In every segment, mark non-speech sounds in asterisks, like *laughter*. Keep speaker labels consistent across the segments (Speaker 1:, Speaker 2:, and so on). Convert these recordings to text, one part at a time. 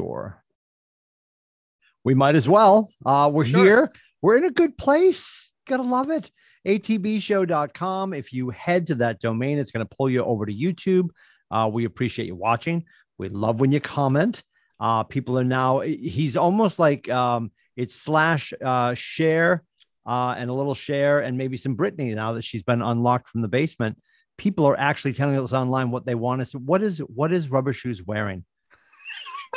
Speaker 1: store. We might as well. Uh, we're
Speaker 2: Sure.
Speaker 1: here. We're in a good place. Gotta love it. ATBshow.com. If you head to that domain, it's going to pull you over to YouTube. Uh, we appreciate you watching. We love when you comment. Uh, people are now, he's almost like um, it's slash uh, share uh, and a little share and maybe some Brittany now that she's been unlocked from the basement. People are actually telling us online what they want us. What is what is rubber shoes wearing?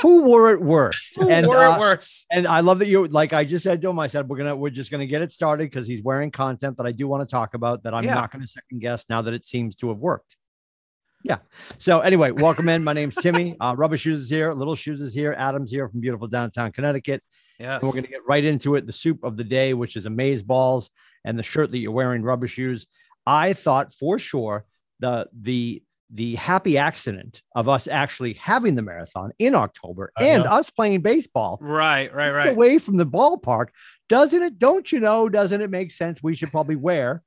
Speaker 1: Who wore it worst?
Speaker 2: Who
Speaker 1: And,
Speaker 2: wore
Speaker 1: uh,
Speaker 2: it worse?
Speaker 1: and I love that you like I just said to him, I said, we're gonna we're just gonna get it started because he's wearing content that I do want to talk about that I'm
Speaker 2: Yeah.
Speaker 1: not gonna second guess now that it seems to have worked. Yeah. So anyway, welcome in. My name's Timmy. Uh, Rubber Shoes is here. Little Shoes is here. Adam's here from beautiful downtown Connecticut.
Speaker 2: Yes.
Speaker 1: And we're going to get right into it. The soup of the day, which is amaze balls, and the shirt that you're wearing, rubber shoes. I thought for sure the the the happy accident of us actually having the marathon in October
Speaker 3: I
Speaker 1: and
Speaker 3: know.
Speaker 1: us playing baseball
Speaker 2: Right, right, right.
Speaker 1: away from the ballpark, doesn't it? Don't you know? Doesn't it make sense? We should probably wear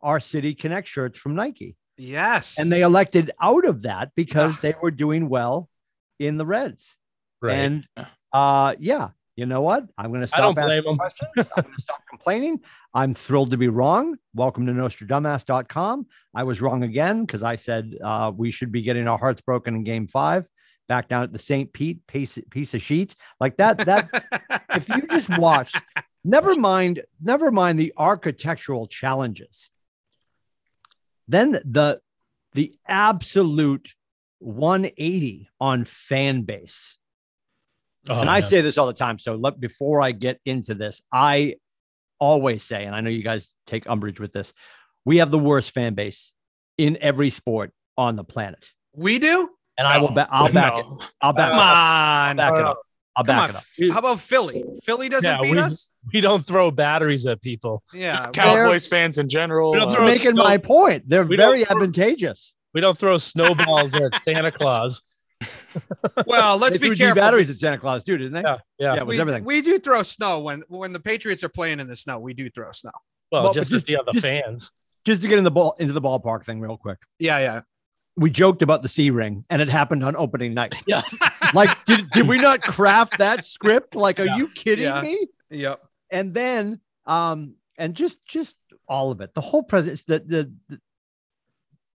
Speaker 1: our City Connect shirts from Nike.
Speaker 2: Yes.
Speaker 1: And they elected out of that because they were doing well in the Reds.
Speaker 3: Ah. Right.
Speaker 1: And uh, yeah, you know what? I'm going to
Speaker 3: I don't
Speaker 1: stop asking
Speaker 3: blame
Speaker 1: *laughs*
Speaker 3: them.
Speaker 1: questions. I'm going to stop complaining. I'm thrilled to be wrong. Welcome to Nostradumbass.com. I was wrong again because I said uh, we should be getting our hearts broken in Game Five, back down at the St. Pete piece, piece of sheet like that. That if you just watched, never mind, never mind the architectural challenges. Then the the absolute 180 on fan base
Speaker 3: Oh,
Speaker 1: and I
Speaker 3: yeah.
Speaker 1: say this all the time. So let, before I get into this, I always say, and I know you guys take umbrage with this, we have the worst fan base in every sport on the planet.
Speaker 2: *laughs* we do.
Speaker 1: And I will
Speaker 3: No.
Speaker 1: back.
Speaker 4: *laughs*
Speaker 1: I'll back it.
Speaker 3: No.
Speaker 1: I'll back
Speaker 2: Come
Speaker 1: it. Up.
Speaker 2: on.
Speaker 1: I'll Uh, back it up. I'll
Speaker 2: Come
Speaker 1: back
Speaker 2: on.
Speaker 1: it up.
Speaker 2: F- How about Philly? Philly doesn't
Speaker 3: Yeah,
Speaker 2: beat
Speaker 3: we- *laughs*
Speaker 2: us.
Speaker 3: We don't throw batteries at people.
Speaker 2: Yeah.
Speaker 4: It's
Speaker 2: we-
Speaker 4: Cowboys fans in general.
Speaker 3: We don't
Speaker 4: uh,
Speaker 1: You're
Speaker 3: throw-
Speaker 1: making my point. They're
Speaker 3: We don't-
Speaker 1: very advantageous.
Speaker 3: We don't throw snowballs at Santa Claus.
Speaker 2: well, let's
Speaker 1: They threw
Speaker 2: be
Speaker 1: D
Speaker 2: careful.
Speaker 1: batteries at Santa Claus, dude, didn't they?
Speaker 3: Yeah, yeah.
Speaker 1: Yeah, it was
Speaker 2: we,
Speaker 1: everything.
Speaker 2: we do throw snow when when the Patriots are playing in the snow. We do throw snow.
Speaker 3: Well,
Speaker 1: Well,
Speaker 3: just,
Speaker 1: but just-
Speaker 3: to see how the
Speaker 1: just-
Speaker 3: fans.
Speaker 1: Just to get in the ball into the ballpark thing real quick.
Speaker 2: Yeah, yeah.
Speaker 1: We joked about the C ring, and it happened on opening night.
Speaker 4: *laughs*
Speaker 3: Yeah.
Speaker 1: *laughs* like, did, did we not craft that script? Like, are
Speaker 3: Yeah.
Speaker 1: you kidding
Speaker 2: Yeah.
Speaker 1: me?
Speaker 2: Yep.
Speaker 1: and then um and just just all of it the whole presence the the, the-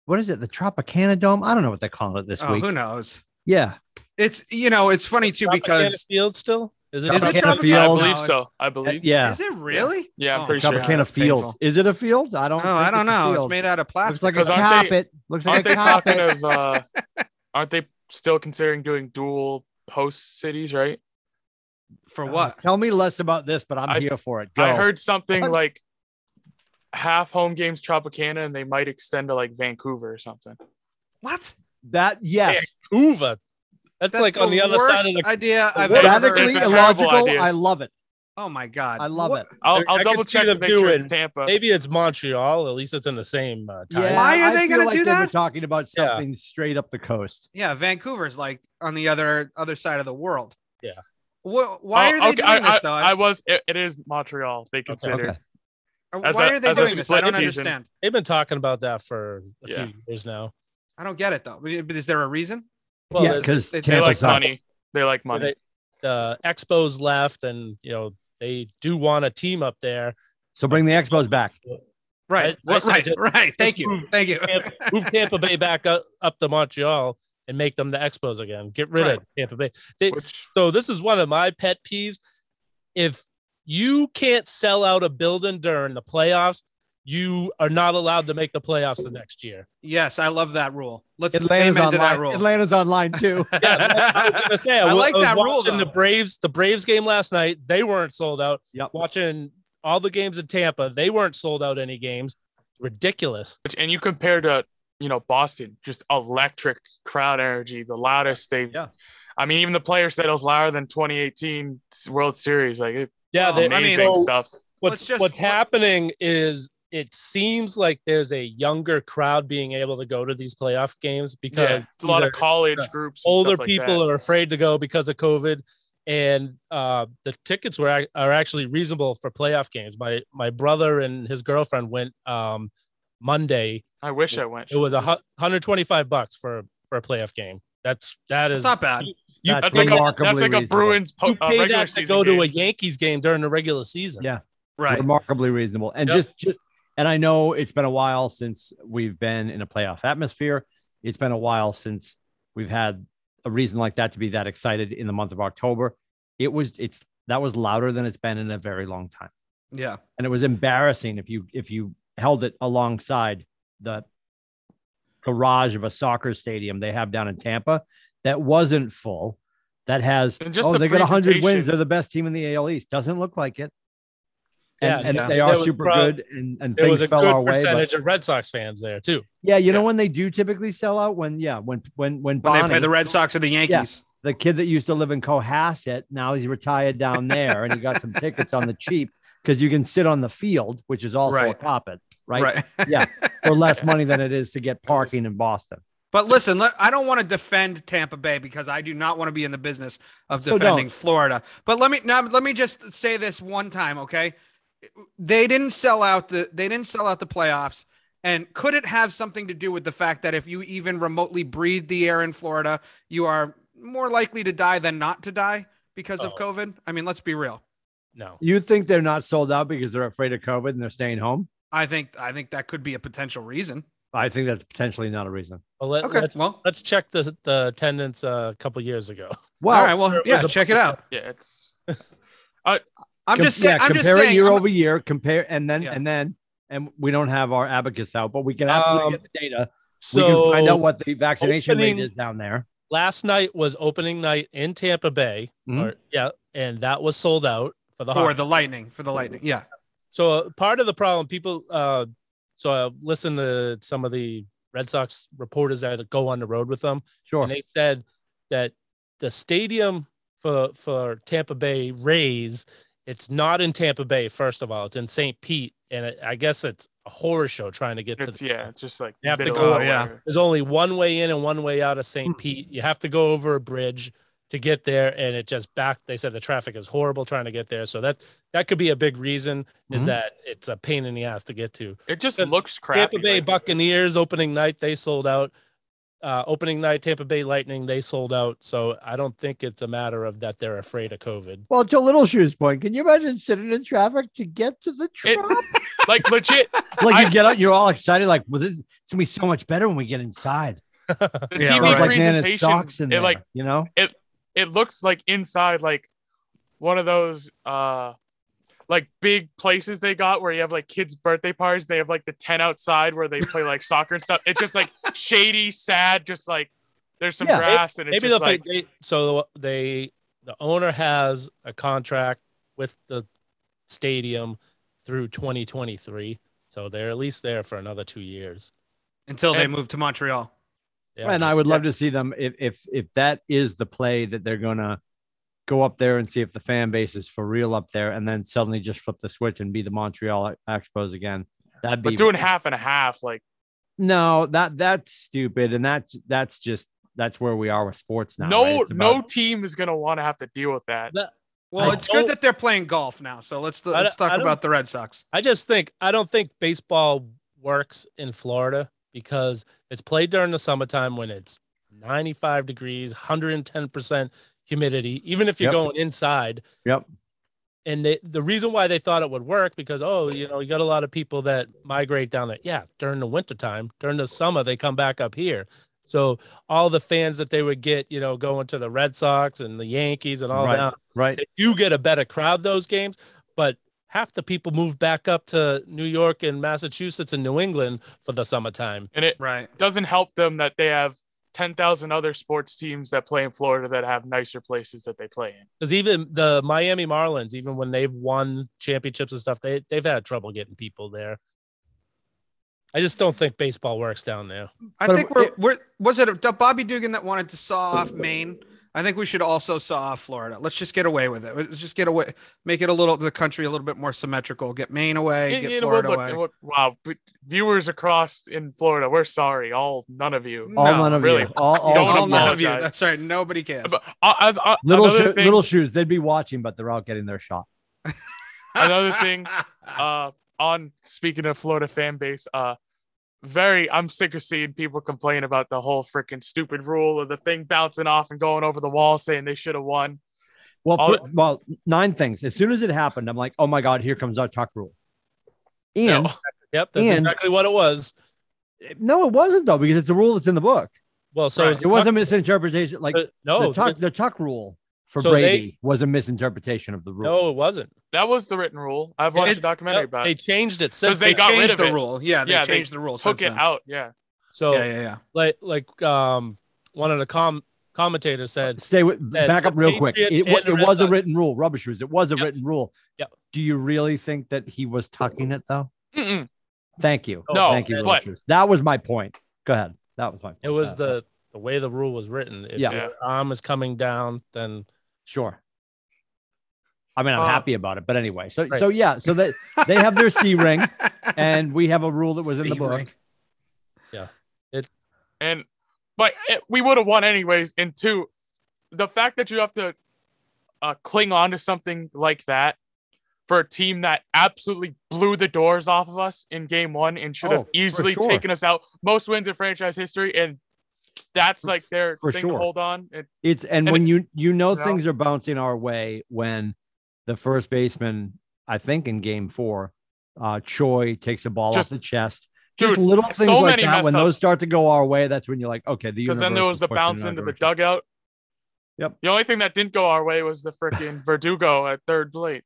Speaker 1: what is it the tropicana dome i don't know what they call it this
Speaker 2: Oh,
Speaker 1: week
Speaker 2: who knows?
Speaker 1: yeah
Speaker 2: It's you know, it's funny too because
Speaker 3: Tropicana Field still is it?
Speaker 2: Is it
Speaker 3: Tropicana?
Speaker 1: Tropicana
Speaker 4: I
Speaker 1: Field?
Speaker 4: believe so. I believe.
Speaker 1: yeah
Speaker 2: is it really?
Speaker 4: Yeah, I'm
Speaker 2: Oh,
Speaker 4: pretty sure.
Speaker 1: tropicana
Speaker 2: God, that's
Speaker 1: field
Speaker 2: painful.
Speaker 1: is it a field i don't
Speaker 2: Oh,
Speaker 1: think
Speaker 2: I don't
Speaker 1: it's a
Speaker 2: know. It's
Speaker 1: field.
Speaker 2: made out of
Speaker 1: looks
Speaker 2: plastic.
Speaker 1: like a
Speaker 4: Because aren't they-
Speaker 1: carpet looks
Speaker 4: Aren't
Speaker 1: like
Speaker 4: they
Speaker 1: a
Speaker 4: talking
Speaker 1: carpet
Speaker 4: of? Uh, aren't they still considering doing dual host cities? Right.
Speaker 2: for
Speaker 1: Uh,
Speaker 2: what?
Speaker 1: tell me less about this but i'm
Speaker 4: I-
Speaker 1: here for it go
Speaker 4: I heard something
Speaker 1: What?
Speaker 4: like half home games Tropicana, and they might extend to like Vancouver or something.
Speaker 2: What?
Speaker 1: that yes
Speaker 3: Vancouver. That's, like on the other side of
Speaker 2: worst
Speaker 3: the.
Speaker 2: idea I've
Speaker 4: worst.
Speaker 2: ever
Speaker 1: radically
Speaker 2: heard.
Speaker 4: It's a terrible
Speaker 1: illogical
Speaker 4: idea.
Speaker 1: i love it
Speaker 2: Oh my god.
Speaker 1: i love
Speaker 2: What-
Speaker 1: it
Speaker 4: I'll,
Speaker 3: There- I
Speaker 4: I'll
Speaker 3: could
Speaker 4: double
Speaker 3: see
Speaker 4: check to
Speaker 3: them
Speaker 4: make sure it's
Speaker 3: doing-
Speaker 4: Tampa.
Speaker 3: *laughs* Maybe it's Montreal. At least it's in the same uh, time.
Speaker 1: yeah,
Speaker 2: Why are
Speaker 1: I
Speaker 2: they
Speaker 1: feel
Speaker 2: gonna
Speaker 1: like
Speaker 2: do
Speaker 1: they were
Speaker 2: that?
Speaker 1: talking about
Speaker 3: Yeah.
Speaker 1: something straight up the coast
Speaker 2: Yeah, Vancouver's like on the other other side of the world.
Speaker 3: Yeah.
Speaker 2: Wha- why
Speaker 4: Oh,
Speaker 2: are they
Speaker 4: okay,
Speaker 2: doing
Speaker 4: I,
Speaker 2: this
Speaker 4: I-
Speaker 2: though?
Speaker 4: I was. It, it is Montreal. They considered.
Speaker 1: okay.
Speaker 4: as
Speaker 2: why
Speaker 4: a-
Speaker 2: are they
Speaker 4: as a
Speaker 2: doing this? I
Speaker 4: split
Speaker 2: don't
Speaker 4: season.
Speaker 2: understand.
Speaker 3: They've been talking about that for a
Speaker 4: Yeah.
Speaker 3: few years now.
Speaker 2: I don't get it though. But Is there a reason?
Speaker 3: Well,
Speaker 1: yeah
Speaker 3: there's-
Speaker 1: because
Speaker 2: they- they
Speaker 4: They
Speaker 1: Tampa
Speaker 4: like
Speaker 1: sucks.
Speaker 4: money. They like money.
Speaker 3: uh, Expos left, and you know they do want a team up there.
Speaker 1: so bring the expos back
Speaker 2: Right.
Speaker 3: I- I
Speaker 2: What- right.
Speaker 3: said
Speaker 2: Right. Thank you. Thank you.
Speaker 3: Tampa, move Tampa Bay back up, up to Montreal and make them the Expos again. Get rid of Tampa Bay. They,
Speaker 4: Which
Speaker 3: so this is one of my pet peeves. If you can't sell out a building during the playoffs, you are not allowed to make the playoffs the next year.
Speaker 2: Yes, I love that rule. Let's
Speaker 1: atlanta's
Speaker 2: amen to that
Speaker 1: online
Speaker 2: rule.
Speaker 1: atlanta's online too
Speaker 3: I was gonna say,
Speaker 2: *laughs*
Speaker 3: I,
Speaker 2: I
Speaker 3: wa-
Speaker 2: like
Speaker 3: was
Speaker 2: that rule,
Speaker 3: watching The
Speaker 2: though.
Speaker 3: Braves, the Braves game last night, they weren't sold out.
Speaker 1: Yep.
Speaker 3: Watching all the games in Tampa, they weren't sold out any games. Ridiculous.
Speaker 4: Which, and you compare to you know Boston, just electric crowd energy, the loudest they've.
Speaker 1: Yeah.
Speaker 4: I mean, even the player said it was louder than 2018 World Series. Like it,
Speaker 3: Yeah,
Speaker 2: Oh,
Speaker 3: they,
Speaker 2: I mean,
Speaker 4: amazing
Speaker 3: so
Speaker 4: stuff.
Speaker 2: Let's
Speaker 3: what's
Speaker 2: just-
Speaker 3: what's happening is it seems like there's a younger crowd being able to go to these playoff games
Speaker 4: Yeah,
Speaker 3: because
Speaker 4: it's a lot
Speaker 3: either
Speaker 4: of college
Speaker 3: yeah.
Speaker 4: groups. and
Speaker 3: older
Speaker 4: stuff like
Speaker 3: people
Speaker 4: that.
Speaker 3: are afraid to go because of COVID, and uh, the tickets were ac- are actually reasonable for playoff games. My my brother and his girlfriend went um, Monday.
Speaker 4: I wish I went.
Speaker 3: It was a hu- 125 bucks for for a playoff game. That's
Speaker 2: *laughs*
Speaker 3: that
Speaker 2: It's
Speaker 3: is
Speaker 2: not bad.
Speaker 3: You,
Speaker 1: That's
Speaker 4: That's like a
Speaker 1: remarkably
Speaker 4: that's like a
Speaker 1: reasonable.
Speaker 4: Bruins po-
Speaker 3: you
Speaker 4: uh,
Speaker 3: pay
Speaker 4: regular
Speaker 3: that to
Speaker 4: season
Speaker 3: go to a
Speaker 4: game.
Speaker 3: Yankees game during the regular season.
Speaker 1: Yeah.
Speaker 2: right.
Speaker 1: remarkably reasonable. And
Speaker 3: Yep.
Speaker 1: just just and I know it's been a while since we've been in a playoff atmosphere. It's been a while since we've had a reason like that to be that excited in the month of October. It was it's that was louder than it's been in a very long time.
Speaker 2: Yeah.
Speaker 1: And it was embarrassing if you if you held it alongside the garage of a soccer stadium they have down in Tampa that wasn't full. That has
Speaker 4: And just
Speaker 1: oh
Speaker 4: the
Speaker 1: they got 100 wins
Speaker 4: presentation.
Speaker 1: they're the best team in the AL East doesn't look like it and,
Speaker 3: Yeah,
Speaker 1: and
Speaker 2: yeah.
Speaker 1: they are
Speaker 3: There was
Speaker 1: super
Speaker 3: prob-
Speaker 1: good and, and
Speaker 3: There was
Speaker 1: things
Speaker 3: a
Speaker 1: fell
Speaker 3: good
Speaker 1: our way. But
Speaker 3: percentage of Red Sox fans there too.
Speaker 1: yeah, you know
Speaker 4: Yeah.
Speaker 1: when they do typically sell out when yeah, when when when
Speaker 2: When
Speaker 1: Bonnie,
Speaker 2: they play the Red Sox or the Yankees.
Speaker 1: the kid that used to live in Cohasset, now he's retired down there and he got some tickets on the cheap because you can sit on the field, which is also a
Speaker 2: Right.
Speaker 1: topic, right?
Speaker 2: Right.
Speaker 1: Yeah. For less money than it is to get parking in Boston.
Speaker 2: But listen, let, I don't want to defend Tampa Bay because I do not want to be in the business of
Speaker 1: So
Speaker 2: defending
Speaker 1: don't.
Speaker 2: Florida. But let me now let me just say this one time, okay? They didn't sell out the they didn't sell out the playoffs. And could it have something to do with the fact that if you even remotely breathe the air in Florida, you are more likely to die than not to die because of
Speaker 3: Oh.
Speaker 2: COVID? I mean, let's be real.
Speaker 3: No.
Speaker 1: You think they're not sold out because they're afraid of COVID and they're staying home?
Speaker 2: I think I think that could be a potential reason.
Speaker 1: I think that's potentially not a reason.
Speaker 3: Well, let,
Speaker 2: Okay.
Speaker 3: us
Speaker 2: Well,
Speaker 3: let's check the the attendance uh, a couple years ago.
Speaker 1: Well,
Speaker 2: all right. Well,
Speaker 3: it
Speaker 2: yeah,
Speaker 3: was a-
Speaker 2: check
Speaker 3: *laughs*
Speaker 2: it out.
Speaker 4: Yeah, it's
Speaker 2: I'm just
Speaker 1: Com-
Speaker 2: saying. I'm
Speaker 1: compare
Speaker 2: just
Speaker 1: it
Speaker 2: saying.
Speaker 1: year
Speaker 2: I'm-
Speaker 1: over year, compare and then
Speaker 2: Yeah.
Speaker 1: and then and we don't have our abacus out, but we can absolutely
Speaker 3: Um,
Speaker 1: get the data. we
Speaker 3: So
Speaker 1: can find out what the vaccination rate
Speaker 4: opening-
Speaker 1: is down there.
Speaker 3: last night was opening night in Tampa Bay.
Speaker 1: Mhm.
Speaker 3: Or- yeah, and that was sold out for the
Speaker 2: for
Speaker 3: Hawks.
Speaker 2: the lightning for the lightning yeah
Speaker 3: So uh, part of the problem, people. Uh, so I listened to some of the Red Sox reporters that go on the road with them,
Speaker 1: Sure.
Speaker 3: and they said that the stadium for for Tampa Bay Rays, it's not in Tampa Bay. First of all, it's in St. Pete, and it, I guess it's a horror show trying to get to.
Speaker 4: it's
Speaker 3: The,
Speaker 4: yeah, it's just like
Speaker 3: You have to
Speaker 4: middle
Speaker 3: go,
Speaker 4: of
Speaker 2: yeah.
Speaker 4: nowhere.
Speaker 3: There's only one way in and one way out of St. Pete. You have to go over a bridge to get there, and it just back. They said the traffic is horrible trying to get there, so that that could be a big reason
Speaker 1: Mhm.
Speaker 3: is that it's a pain in the ass to get to.
Speaker 4: It just
Speaker 3: The
Speaker 4: looks crappy.
Speaker 3: Tampa Bay
Speaker 4: like-
Speaker 3: Buccaneers opening night they sold out. Uh, opening night Tampa Bay Lightning they sold out. So I don't think it's a matter of that they're afraid of COVID.
Speaker 1: Well, to Little Shoes point, can you imagine sitting in traffic to get to the
Speaker 4: It-
Speaker 1: truck?
Speaker 2: *laughs*
Speaker 4: like legit.
Speaker 1: like you
Speaker 4: I-
Speaker 1: get out, you're all excited, like, well, this it's gonna be so much better when we get inside.
Speaker 3: *laughs*
Speaker 4: The
Speaker 2: Yeah,
Speaker 4: TV
Speaker 1: Feels
Speaker 2: right.
Speaker 1: like man, his
Speaker 4: presentation.
Speaker 1: socks in
Speaker 4: it
Speaker 1: there,
Speaker 4: like
Speaker 1: you know.
Speaker 4: it looks like inside like one of those uh like big places they got where you have like kids birthday parties they have like the tent outside where they play like soccer and stuff it's just like shady sad just like there's some
Speaker 1: Yeah.
Speaker 4: grass and it's
Speaker 3: Maybe
Speaker 4: just
Speaker 3: they'll
Speaker 4: like
Speaker 3: they, so they the owner has a contract with the stadium through 2023. So they're at least there for another two years.
Speaker 2: until they
Speaker 4: And-
Speaker 2: move to montreal
Speaker 3: Yeah.
Speaker 1: And I would love to see them if if if that is the play that they're gonna go up there and see if the fan base is for real up there, and then suddenly just flip the switch and be the Montreal Expos again. That'd be
Speaker 4: but doing half and a half like
Speaker 1: no, that that's stupid, and that that's just that's where we are with sports now. right?
Speaker 4: no
Speaker 1: It's about-
Speaker 4: no team is going to want to have to deal with that
Speaker 2: well
Speaker 3: I
Speaker 2: it's good
Speaker 3: don't-
Speaker 2: that they're playing golf now so let's
Speaker 3: I
Speaker 2: let's
Speaker 3: don't- I
Speaker 2: talk
Speaker 3: don't-
Speaker 2: about the red sox
Speaker 3: I just think I don't think baseball works in Florida because it's played during the summertime when it's 95 degrees, 110% humidity, even if you're
Speaker 1: Yep.
Speaker 3: going inside.
Speaker 1: Yep.
Speaker 3: And they, the reason why they thought it would work because, oh, you know, you got a lot of people that migrate down there. Yeah, during the wintertime, during the summer, they come back up here. So all the fans that they would get, you know, going to the Red Sox and the Yankees and all
Speaker 1: Right.
Speaker 3: that,
Speaker 1: right.
Speaker 3: they do get a better crowd those games, but half the people move back up to New York and Massachusetts and New England for the summertime.
Speaker 4: and it
Speaker 2: right
Speaker 4: doesn't help them that they have 10,000 other sports teams that play in Florida that have nicer places that they play in
Speaker 3: Because even the Miami Marlins, even when they've won championships and stuff, they they've had trouble getting people there. I just don't think baseball works down there.
Speaker 2: i
Speaker 1: But
Speaker 2: think
Speaker 1: it-
Speaker 2: we're, we're was it bobby dugan that wanted to saw off maine i think we should also saw off florida let's just get away with it let's just get away make it a little the country a little bit more symmetrical get maine away
Speaker 4: You-
Speaker 2: get
Speaker 4: you know what,
Speaker 2: florida
Speaker 4: look,
Speaker 2: away
Speaker 4: what- wow, but viewers across in Florida, we're sorry, all none of you.
Speaker 1: All
Speaker 2: No,
Speaker 1: none of
Speaker 4: really.
Speaker 1: you. All, all,
Speaker 4: Don't
Speaker 2: all
Speaker 1: all
Speaker 2: none of you
Speaker 4: apologize.
Speaker 2: that's right nobody cares *laughs*
Speaker 4: But, uh, as, uh,
Speaker 1: Little
Speaker 4: another
Speaker 1: sho-
Speaker 4: thing, *laughs*
Speaker 1: little shoes. They'd be watching, but they're out getting their shot.
Speaker 4: another thing, uh, on speaking of Florida fan base, uh, very I'm sick of seeing people complain about the whole freaking stupid rule of the thing bouncing off and going over the wall saying they should have won.
Speaker 1: Well,
Speaker 4: All-
Speaker 1: put- well, nine things. As soon as it happened, I'm like, oh my god, here comes our talk rule. And
Speaker 4: No.
Speaker 3: Yep, that's
Speaker 1: And-
Speaker 3: exactly what it was.
Speaker 1: no, it wasn't though, because it's a rule that's in the book.
Speaker 3: Well, so
Speaker 4: Right.
Speaker 3: was
Speaker 1: It was a misinterpretation. Like
Speaker 3: Uh, no,
Speaker 1: the tuck, the tuck rule for
Speaker 3: So they-
Speaker 1: Brady was a misinterpretation of the rule.
Speaker 3: no, it wasn't.
Speaker 4: That was the written rule. I've watched
Speaker 2: It-
Speaker 4: the documentary about
Speaker 3: they
Speaker 4: it.
Speaker 3: changed it since
Speaker 4: they
Speaker 3: they
Speaker 4: got rid
Speaker 2: changed
Speaker 4: of
Speaker 2: the
Speaker 4: it.
Speaker 2: rule. Yeah, they
Speaker 4: Yeah, they
Speaker 2: changed the rule.
Speaker 4: Took
Speaker 2: Since
Speaker 4: it
Speaker 2: then.
Speaker 4: out. Yeah.
Speaker 3: So
Speaker 2: Yeah, yeah, yeah.
Speaker 3: like like um one of the com commentators said,
Speaker 1: Stay with
Speaker 3: That
Speaker 1: back up
Speaker 3: the
Speaker 1: real quick.
Speaker 3: Patriots
Speaker 1: It, wa-
Speaker 3: and the
Speaker 1: it
Speaker 3: Red
Speaker 1: was a
Speaker 3: Sox-
Speaker 1: written rule. Rubber shoes. It was a
Speaker 3: Yep.
Speaker 1: written rule.
Speaker 3: Yep.
Speaker 1: Do you really think that he was tucking it though?
Speaker 4: Mm-mm.
Speaker 1: Thank you.
Speaker 3: No,
Speaker 1: Thank you. Rubber
Speaker 4: but-
Speaker 1: shoes. That was my point. Go ahead. That was my. Point.
Speaker 3: it was
Speaker 1: Uh,
Speaker 3: the the way the rule was written. If
Speaker 1: Yeah.
Speaker 3: your arm is coming down, then
Speaker 1: Sure. I mean, I'm
Speaker 4: Uh,
Speaker 1: happy about it, but anyway. So
Speaker 3: right.
Speaker 1: so yeah. So that they have their C
Speaker 3: *laughs*
Speaker 1: ring, *laughs* and we have a rule that was in the book.
Speaker 2: C-ring.
Speaker 4: And but it, we would have won anyways. And two, the fact that you have to uh, cling on to something like that for a team that absolutely blew the doors off of us in game one and should
Speaker 1: Oh,
Speaker 4: have
Speaker 1: for
Speaker 4: easily
Speaker 1: sure.
Speaker 4: taken us out. Most wins in franchise history, and that's like their
Speaker 1: For
Speaker 4: thing
Speaker 1: sure.
Speaker 4: to hold on. It,
Speaker 1: It's and,
Speaker 4: And
Speaker 1: when you you know
Speaker 4: you know?
Speaker 1: things are bouncing our way when the first baseman, I think in game four, uh Choi takes a ball
Speaker 4: Just-
Speaker 1: off the chest.
Speaker 4: dude,
Speaker 1: Just little
Speaker 4: so
Speaker 1: things like
Speaker 4: many
Speaker 1: that. When
Speaker 4: mess-ups.
Speaker 1: those start to go our way, that's when you're like, okay, the
Speaker 4: because then there
Speaker 1: universe
Speaker 4: was
Speaker 1: is
Speaker 4: the
Speaker 1: pushing in
Speaker 4: bounce
Speaker 1: our
Speaker 4: into the
Speaker 1: direction.
Speaker 4: dugout.
Speaker 1: Yep.
Speaker 4: The only thing that didn't go our way was the
Speaker 1: *laughs*
Speaker 4: freaking Verdugo at third plate,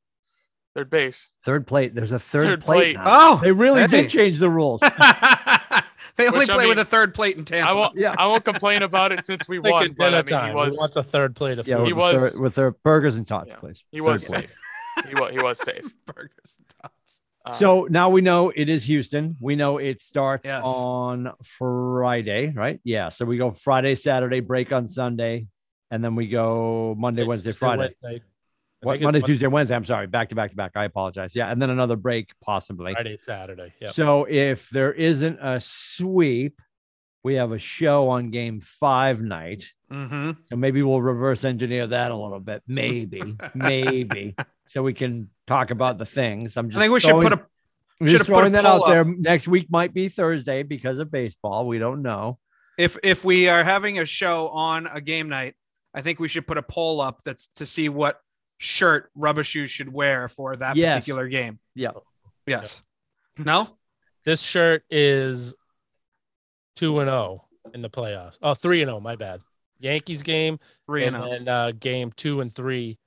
Speaker 4: third base.
Speaker 1: Third plate. There's a third,
Speaker 4: Third
Speaker 1: plate.
Speaker 4: plate.
Speaker 1: now.
Speaker 2: *laughs* Oh, *laughs*
Speaker 1: They really
Speaker 2: Hey.
Speaker 1: did change the
Speaker 4: *laughs*
Speaker 1: rules.
Speaker 2: they only
Speaker 4: Which, I
Speaker 2: play with
Speaker 4: mean,
Speaker 2: a third plate in Tampa.
Speaker 4: I
Speaker 2: *laughs*
Speaker 4: won't.
Speaker 1: Yeah.
Speaker 4: I won't complain about it since we
Speaker 3: take
Speaker 4: won.
Speaker 3: it
Speaker 4: But
Speaker 3: dinner
Speaker 4: I mean,
Speaker 3: time.
Speaker 4: he
Speaker 3: we
Speaker 4: was
Speaker 3: want the third plate of
Speaker 1: Yeah,
Speaker 3: food.
Speaker 1: with,
Speaker 4: He
Speaker 1: the third-
Speaker 4: was-
Speaker 1: with their burgers and tots,
Speaker 4: Yeah.
Speaker 1: please.
Speaker 4: he
Speaker 1: Third
Speaker 4: was
Speaker 1: plate.
Speaker 4: safe. he was he was safe.
Speaker 2: Burgers and tots.
Speaker 4: Uh,
Speaker 1: So now we know it is Houston. We know it starts
Speaker 2: Yes.
Speaker 1: on Friday, right? Yeah. So we go Friday, Saturday, break on Sunday, and then we go Monday, Wednesday,
Speaker 3: Tuesday,
Speaker 1: Friday.
Speaker 3: Wednesday. I think
Speaker 1: What,
Speaker 3: it's
Speaker 1: Monday, Tuesday, Wednesday. I'm sorry. Back to back to back. I apologize. Yeah. And then another break, possibly.
Speaker 3: Friday, Saturday. Yeah.
Speaker 1: So if there isn't a sweep, we have a show on game five night.
Speaker 2: Mm-hmm.
Speaker 1: So maybe we'll reverse engineer that a little bit.
Speaker 2: *laughs*
Speaker 1: Maybe, maybe. So we can talk about the things. I'm just
Speaker 2: I think we should
Speaker 1: throwing-
Speaker 2: put a
Speaker 1: I'm just
Speaker 2: Should've put a
Speaker 1: throwing that out
Speaker 2: poll
Speaker 1: there. Next week might be Thursday because of baseball. We don't know.
Speaker 2: if if we are having a show on a game night, I think we should put a poll up that's to see what shirt Rubber Shoes should wear for that
Speaker 1: Yes.
Speaker 2: particular game.
Speaker 1: Yeah.
Speaker 2: Yes. No.
Speaker 3: This shirt is two and zero in the playoffs. Oh, three and zero. My bad. Yankees game
Speaker 2: Three
Speaker 3: and
Speaker 2: and oh.
Speaker 3: then uh, game two and three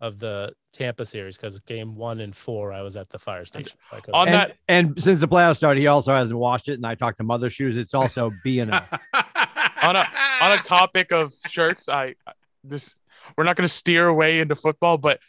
Speaker 3: of the Tampa series because game one and four I was at the fire station. I couldn't-
Speaker 4: On
Speaker 1: And,
Speaker 4: that-
Speaker 1: and since the playoffs started, he also hasn't watched it. And I talked to Mother Shoes. It's
Speaker 2: *laughs*
Speaker 1: also B and O.
Speaker 4: on a on a topic of shirts, I I- this we're not going to steer away into football, but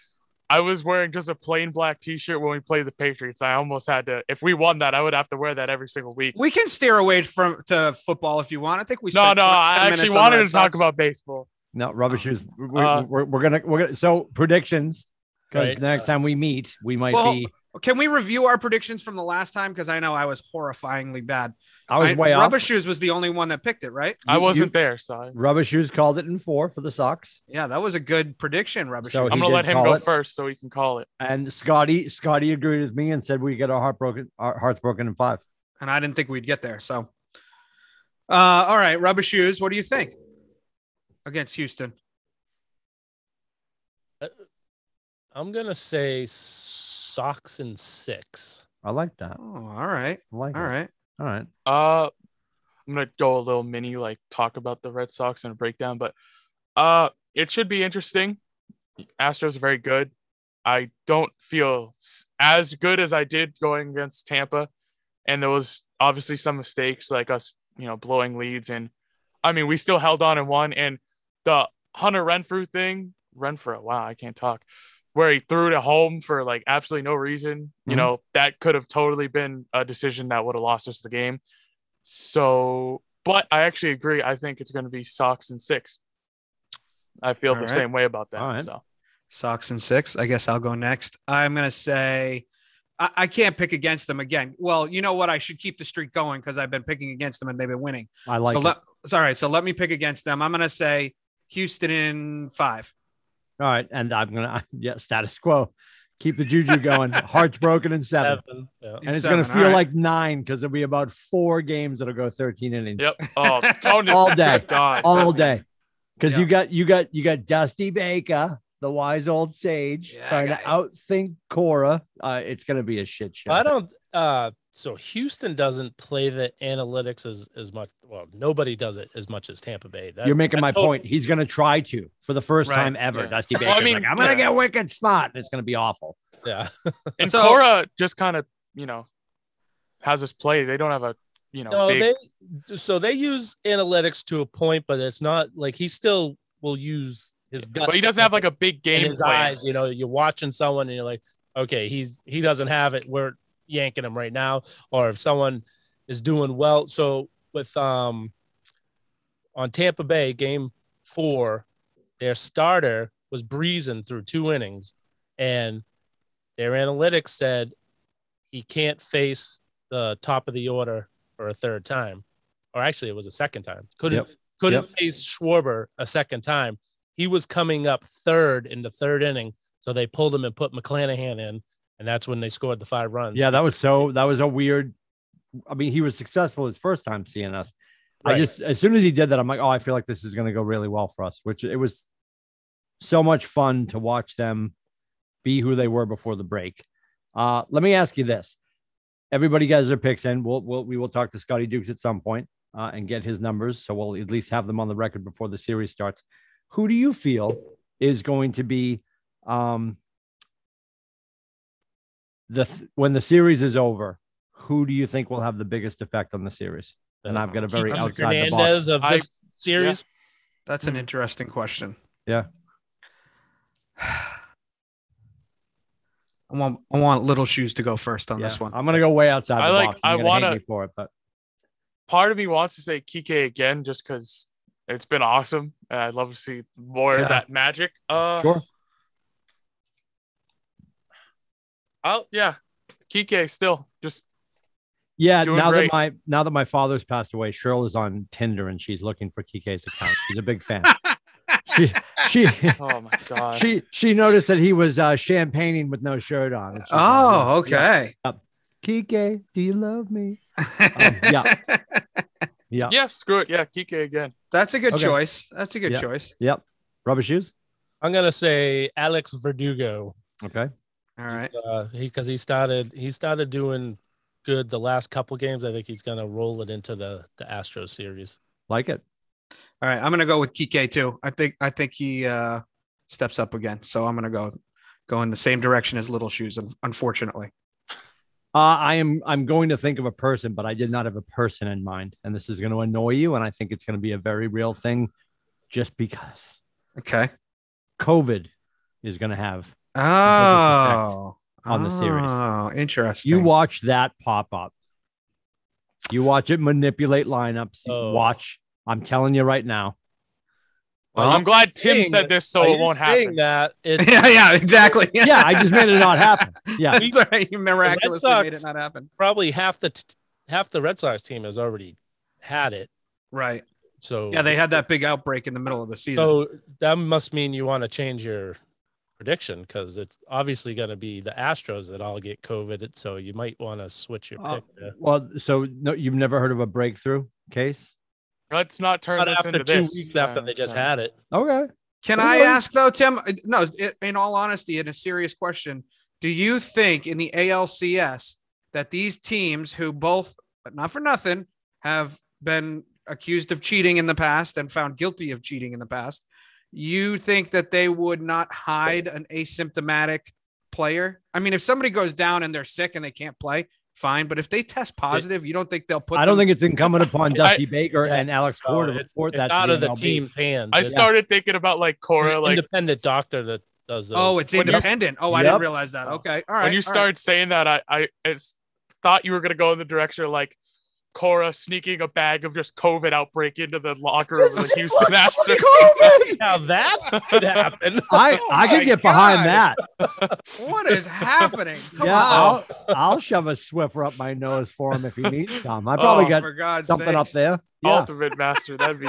Speaker 4: I was wearing just a plain black T-shirt when we played the Patriots. I almost had to. If we won that, I would have to wear that every single week.
Speaker 2: we can steer away from to football if you want. I think we.
Speaker 4: No,
Speaker 2: spent
Speaker 4: no,
Speaker 2: 10
Speaker 4: I
Speaker 2: minutes
Speaker 4: actually
Speaker 2: on
Speaker 4: wanted
Speaker 2: Red
Speaker 4: to talk
Speaker 2: Sox.
Speaker 4: about baseball.
Speaker 1: No, Rubber Shoes. We're,
Speaker 4: Uh,
Speaker 1: we're, we're gonna we're gonna. So predictions because
Speaker 3: Right.
Speaker 1: next time we meet, we might
Speaker 2: Well,
Speaker 1: be.
Speaker 2: Can we review our predictions from the last time? Because I know I was horrifyingly bad.
Speaker 1: I was way off.
Speaker 2: Rubber Shoes was the only one that picked it, right?
Speaker 4: I
Speaker 1: You-
Speaker 4: wasn't
Speaker 1: you-
Speaker 4: there, so I-
Speaker 1: Rubber Shoes called it in four for the Sox.
Speaker 2: Yeah, that was a good prediction, Rubber
Speaker 1: So
Speaker 2: Shoes.
Speaker 1: he
Speaker 4: I'm
Speaker 1: did
Speaker 4: gonna let him
Speaker 1: call
Speaker 4: go
Speaker 1: it.
Speaker 4: first so he can call it.
Speaker 1: And Scotty Scotty agreed with me and said we get our heart broken, our hearts broken in five.
Speaker 2: and I didn't think we'd get there. So, uh, all right, rubber shoes. What do you think against Houston?
Speaker 3: I'm gonna say socks and six.
Speaker 1: I like that.
Speaker 2: Oh, all right,
Speaker 1: I like
Speaker 2: all
Speaker 1: it.
Speaker 2: right.
Speaker 1: All right.
Speaker 4: Uh, I'm gonna go a little mini like talk about the Red Sox and a breakdown, but uh, it should be interesting. Astros are very good. I don't feel s- as good as I did going against Tampa, and there was obviously some mistakes like us, you know, blowing leads, and I mean we still held on and won. And the Hunter Renfrew thing, Renfrew, wow, I can't talk, where he threw it at home for like absolutely no reason.
Speaker 1: Mhm.
Speaker 4: You
Speaker 2: Mm-hmm.
Speaker 4: know, that could have totally been a decision that would have lost us the game. So, but I actually agree. I think it's going to be Sox and six. I feel
Speaker 2: All
Speaker 4: the
Speaker 2: right.
Speaker 4: same way about that.
Speaker 1: All right.
Speaker 4: So,
Speaker 2: Socks and six. I guess I'll go next. I'm gonna say I, I can't pick against them again. Well, you know what? I should keep the streak going because I've been picking against them and they've been winning.
Speaker 1: I like
Speaker 2: so
Speaker 1: it.
Speaker 2: let, it's all right. So let me pick against them. I'm gonna say Houston in five.
Speaker 1: *laughs* All right, and I'm gonna yeah, status quo. Keep the juju going. Hearts broken in seven.
Speaker 3: Seven. Yeah.
Speaker 1: And it's
Speaker 2: Seven,
Speaker 1: going to feel
Speaker 2: all right.
Speaker 1: like nine because there'll be about four games that'll go 13 innings
Speaker 4: Yep. Oh, Conan,
Speaker 1: All day.
Speaker 4: good God.
Speaker 1: all day. Because
Speaker 2: Yeah.
Speaker 1: you got you got you got Dusty Baker, the wise old sage,
Speaker 2: Yeah,
Speaker 1: trying to
Speaker 2: guy.
Speaker 1: outthink Cora. Uh, it's going to be a shit show.
Speaker 3: I don't. Uh, so Houston doesn't play the analytics as as much. Well, nobody does it as much as Tampa Bay. That-
Speaker 1: You're making my
Speaker 3: that's-
Speaker 1: point. He's going to try to for the first
Speaker 2: Right,
Speaker 1: time ever.
Speaker 3: yeah.
Speaker 1: Dusty Baker.
Speaker 4: Well, I
Speaker 1: like,
Speaker 4: mean,
Speaker 1: I'm going to
Speaker 4: yeah.
Speaker 1: get wicked smart. and It's going to be awful.
Speaker 3: Yeah.
Speaker 4: And
Speaker 2: So-
Speaker 4: Cora just kind of, you know, has us play. They don't have a, you know,
Speaker 3: No,
Speaker 4: big,
Speaker 3: they. So they use analytics to a point, but it's not like he still will use his gut.
Speaker 4: but he doesn't have like a big
Speaker 3: in
Speaker 4: game
Speaker 3: his
Speaker 4: plan.
Speaker 3: eyes. You know, you're watching someone and you're like, okay, he's he doesn't have it. We're yanking him right now. Or if someone is doing well, so with um on Tampa Bay game four, their starter was breezing through two innings, and their analytics said he can't face the top of the order for a third time, or actually it was a second time. Couldn't couldn't face Schwarber a second time he was coming up third in the third inning. So they pulled him and put McClanahan in, and that's when they scored the five runs.
Speaker 1: Yeah, that was so. That was a weird. I mean, he was successful his first time seeing us. I
Speaker 3: Right.
Speaker 1: just as soon as he did that, I'm like, oh, I feel like this is going to go really well for us. Which it was so much fun to watch them be who they were before the break. Uh, let me ask you this: everybody gets their picks in. We'll, we'll we will talk to Scotty Dukes at some point uh, and get his numbers, so we'll at least have them on the record before the series starts. Who do you feel is going to be um, the th- when the series is over? Who do you think will have the biggest effect on the series? And I've got a very
Speaker 3: Hernandez
Speaker 1: outside the box.
Speaker 3: Hernandez of
Speaker 4: I-
Speaker 3: this series.
Speaker 2: That's an interesting question.
Speaker 1: Hmm. Yeah.
Speaker 2: *sighs* I want I want little shoes to go first on
Speaker 1: Yeah,
Speaker 2: this one.
Speaker 1: I'm gonna go way outside
Speaker 4: I
Speaker 1: the
Speaker 4: like-
Speaker 1: box. You're
Speaker 4: I
Speaker 1: gonna hate
Speaker 4: wanna-
Speaker 1: me for it, but
Speaker 4: Part of me wants to say Kike again just because it's been awesome. And I'd love to see more
Speaker 2: Yeah.
Speaker 4: of that magic. Uh,
Speaker 1: sure.
Speaker 4: Oh, yeah. Kike still just,
Speaker 1: Yeah,
Speaker 4: doing
Speaker 1: now that
Speaker 4: great.
Speaker 1: my now that my father's passed away, Cheryl is on Tinder and she's looking for Kike's account. She's a big
Speaker 4: *laughs*
Speaker 1: fan. she she *laughs*
Speaker 4: oh my God.
Speaker 1: she she noticed that he was uh champagning with no shirt on. and she's like,
Speaker 2: Oh,
Speaker 1: "Yeah, yeah.
Speaker 2: okay.
Speaker 1: Kike, do you love me? Um, yeah. Yeah.
Speaker 4: yeah, screw it. Yeah, Kike again.
Speaker 2: *laughs* That's a good
Speaker 1: Okay.
Speaker 2: choice. That's a good
Speaker 1: Yeah.
Speaker 2: choice.
Speaker 1: Yep. Rubber shoes.
Speaker 3: I'm gonna say Alex Verdugo.
Speaker 1: Okay.
Speaker 2: All right.
Speaker 3: Uh, he because he started he started doing good the last couple games. I think he's gonna roll it into the the Astros series.
Speaker 1: Like it.
Speaker 2: All right. I'm gonna go with Kike too. I think I think he uh steps up again. So I'm gonna go go in the same direction as little shoes, un- unfortunately.
Speaker 1: Uh, I am I'm going to think of a person, but I did not have a person in mind. And this is going to annoy you, and I think it's going to be a very real thing just because.
Speaker 2: Okay.
Speaker 1: COVID is going to have.
Speaker 2: Oh
Speaker 1: on the series.
Speaker 2: Oh, interesting. *laughs*
Speaker 1: You watch that pop up. You watch it manipulate lineups. You
Speaker 3: Oh.
Speaker 1: Watch. I'm telling you right now.
Speaker 4: Well, I'm glad Tim said this so
Speaker 3: By
Speaker 4: it
Speaker 3: you
Speaker 4: won't
Speaker 3: saying
Speaker 4: happen.
Speaker 3: That
Speaker 4: *laughs*
Speaker 3: it's
Speaker 2: yeah, *laughs* yeah, exactly.
Speaker 1: Yeah, I just made it not
Speaker 2: *laughs*
Speaker 1: happen.
Speaker 3: *laughs*
Speaker 1: Yeah.
Speaker 2: That's right. You miraculously made it
Speaker 3: Sox-
Speaker 2: not happen.
Speaker 3: probably half the t- half the Red Sox team has already had it.
Speaker 2: Right.
Speaker 3: So
Speaker 2: Yeah, they had that big outbreak in the middle of the season.
Speaker 3: So that must mean you want to change your prediction because it's obviously going to be the Astros that all get COVID. So you might want to switch your
Speaker 1: Uh,
Speaker 3: pick. there.
Speaker 1: Well, so no, you've never heard of a breakthrough case?
Speaker 4: Let's not turn
Speaker 3: Not
Speaker 4: this
Speaker 3: after
Speaker 4: into
Speaker 3: two
Speaker 4: this.
Speaker 3: weeks after
Speaker 4: Yeah,
Speaker 3: they just
Speaker 4: so-
Speaker 3: had it.
Speaker 1: Okay.
Speaker 2: Can
Speaker 1: It
Speaker 2: I
Speaker 1: was-
Speaker 2: ask though, Tim? uh, No, i- in all honesty, in a serious question, do you think in the ALCS that these teams who both, but not for nothing, have been accused of cheating in the past and found guilty of cheating in the past, you think that they would not hide an asymptomatic player? I mean, if somebody goes down and they're sick and they can't play, fine. But if they test positive, you don't think they'll put?
Speaker 1: I don't
Speaker 2: them-
Speaker 1: think it's incumbent
Speaker 3: *laughs*
Speaker 1: upon Dusty Baker
Speaker 3: Yeah.
Speaker 1: and Alex
Speaker 3: No,
Speaker 1: Cord to
Speaker 3: it-
Speaker 1: report
Speaker 3: It's
Speaker 1: that. to
Speaker 3: out of the
Speaker 1: MLB.
Speaker 3: team's hands.
Speaker 4: I
Speaker 3: It's
Speaker 4: started thinking about like
Speaker 3: an
Speaker 4: Cora, like
Speaker 3: independent doctor that does those.
Speaker 2: Oh, it's
Speaker 4: When you-
Speaker 2: independent. Oh, I didn't
Speaker 1: Yep.
Speaker 2: realize that. Okay, all right.
Speaker 4: when you
Speaker 2: all
Speaker 4: start
Speaker 2: right.
Speaker 4: saying that, I I it's, thought you were gonna go in the direction of like Cora sneaking a bag of just COVID outbreak into the locker room of
Speaker 1: *laughs*
Speaker 4: the Houston Astros.
Speaker 3: *laughs* now that could happen.
Speaker 1: *laughs* I,
Speaker 2: *laughs* Oh
Speaker 1: I
Speaker 2: my
Speaker 1: could get behind
Speaker 2: God.
Speaker 1: that.
Speaker 2: What is happening? Come
Speaker 1: yeah,
Speaker 2: on.
Speaker 1: I'll, I'll shove a Swiffer up my nose for him if he needs some. I probably
Speaker 4: Oh,
Speaker 1: got
Speaker 2: for God's
Speaker 1: something up
Speaker 2: sakes. Oh.
Speaker 1: there. Yeah.
Speaker 4: Ultimate master,
Speaker 1: *laughs*
Speaker 4: that'd be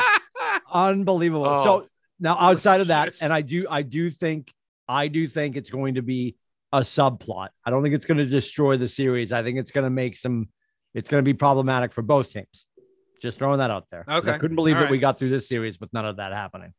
Speaker 1: unbelievable.
Speaker 4: Oh.
Speaker 1: So now outside of that,
Speaker 2: Yes.
Speaker 1: and I do I do think I do think it's going to be a subplot. I don't think it's going to destroy the series. I think it's going to make some. It's going to be problematic for both teams. Just throwing that out there. 'Cause I
Speaker 2: Okay.
Speaker 1: couldn't believe
Speaker 2: All
Speaker 1: that we got through this series with none of that happening.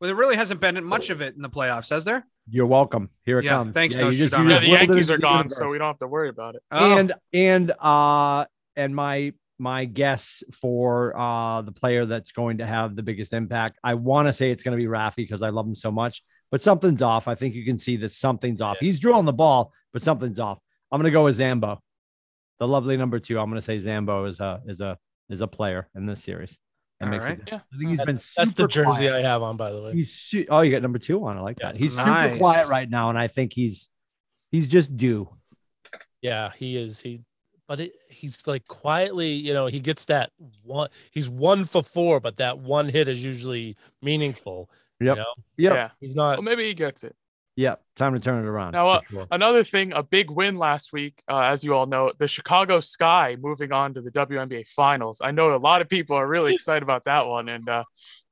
Speaker 2: Well, there really hasn't been much of it in the playoffs, has there?
Speaker 1: You're welcome. Here it
Speaker 2: Yeah,
Speaker 1: comes.
Speaker 2: thanks, no shit on
Speaker 4: Yeah,
Speaker 2: Yeah,
Speaker 4: the
Speaker 2: well,
Speaker 4: Yankees are gone, so we don't have to worry about it.
Speaker 2: Oh,
Speaker 1: and and uh and my my guess for uh the player that's going to have the biggest impact i want to say it's going to be rafi because i love him so much but something's off i think you can see that something's off he's drilling the ball but something's off i'm going to go with zambo the lovely number two i'm going to say zambo is a is a is a player in this series That
Speaker 2: All
Speaker 1: makes it-
Speaker 2: right.
Speaker 4: Yeah.
Speaker 1: i think he's been
Speaker 3: That's- that's
Speaker 1: super
Speaker 3: the jersey
Speaker 1: quiet.
Speaker 3: I have on, by the way.
Speaker 1: He's su- oh, you got number two on. I like
Speaker 3: Yeah.
Speaker 1: that. He's super
Speaker 2: Nice.
Speaker 1: quiet right now, and I think he's he's just due.
Speaker 3: Yeah, he is. He, but it, he's like quietly, you know, he gets that one. He's one for four, but that one hit is usually meaningful.
Speaker 1: Yep.
Speaker 3: You know?
Speaker 1: Yep.
Speaker 4: Yeah.
Speaker 3: He's not.
Speaker 4: Well, maybe he gets it.
Speaker 1: Yeah, time to turn it around.
Speaker 4: Now, uh,
Speaker 1: for sure.
Speaker 4: another thing, a big win last week, uh, as you all know, the Chicago Sky moving on to the WNBA Finals. I know a lot of people are really excited about that one, and uh,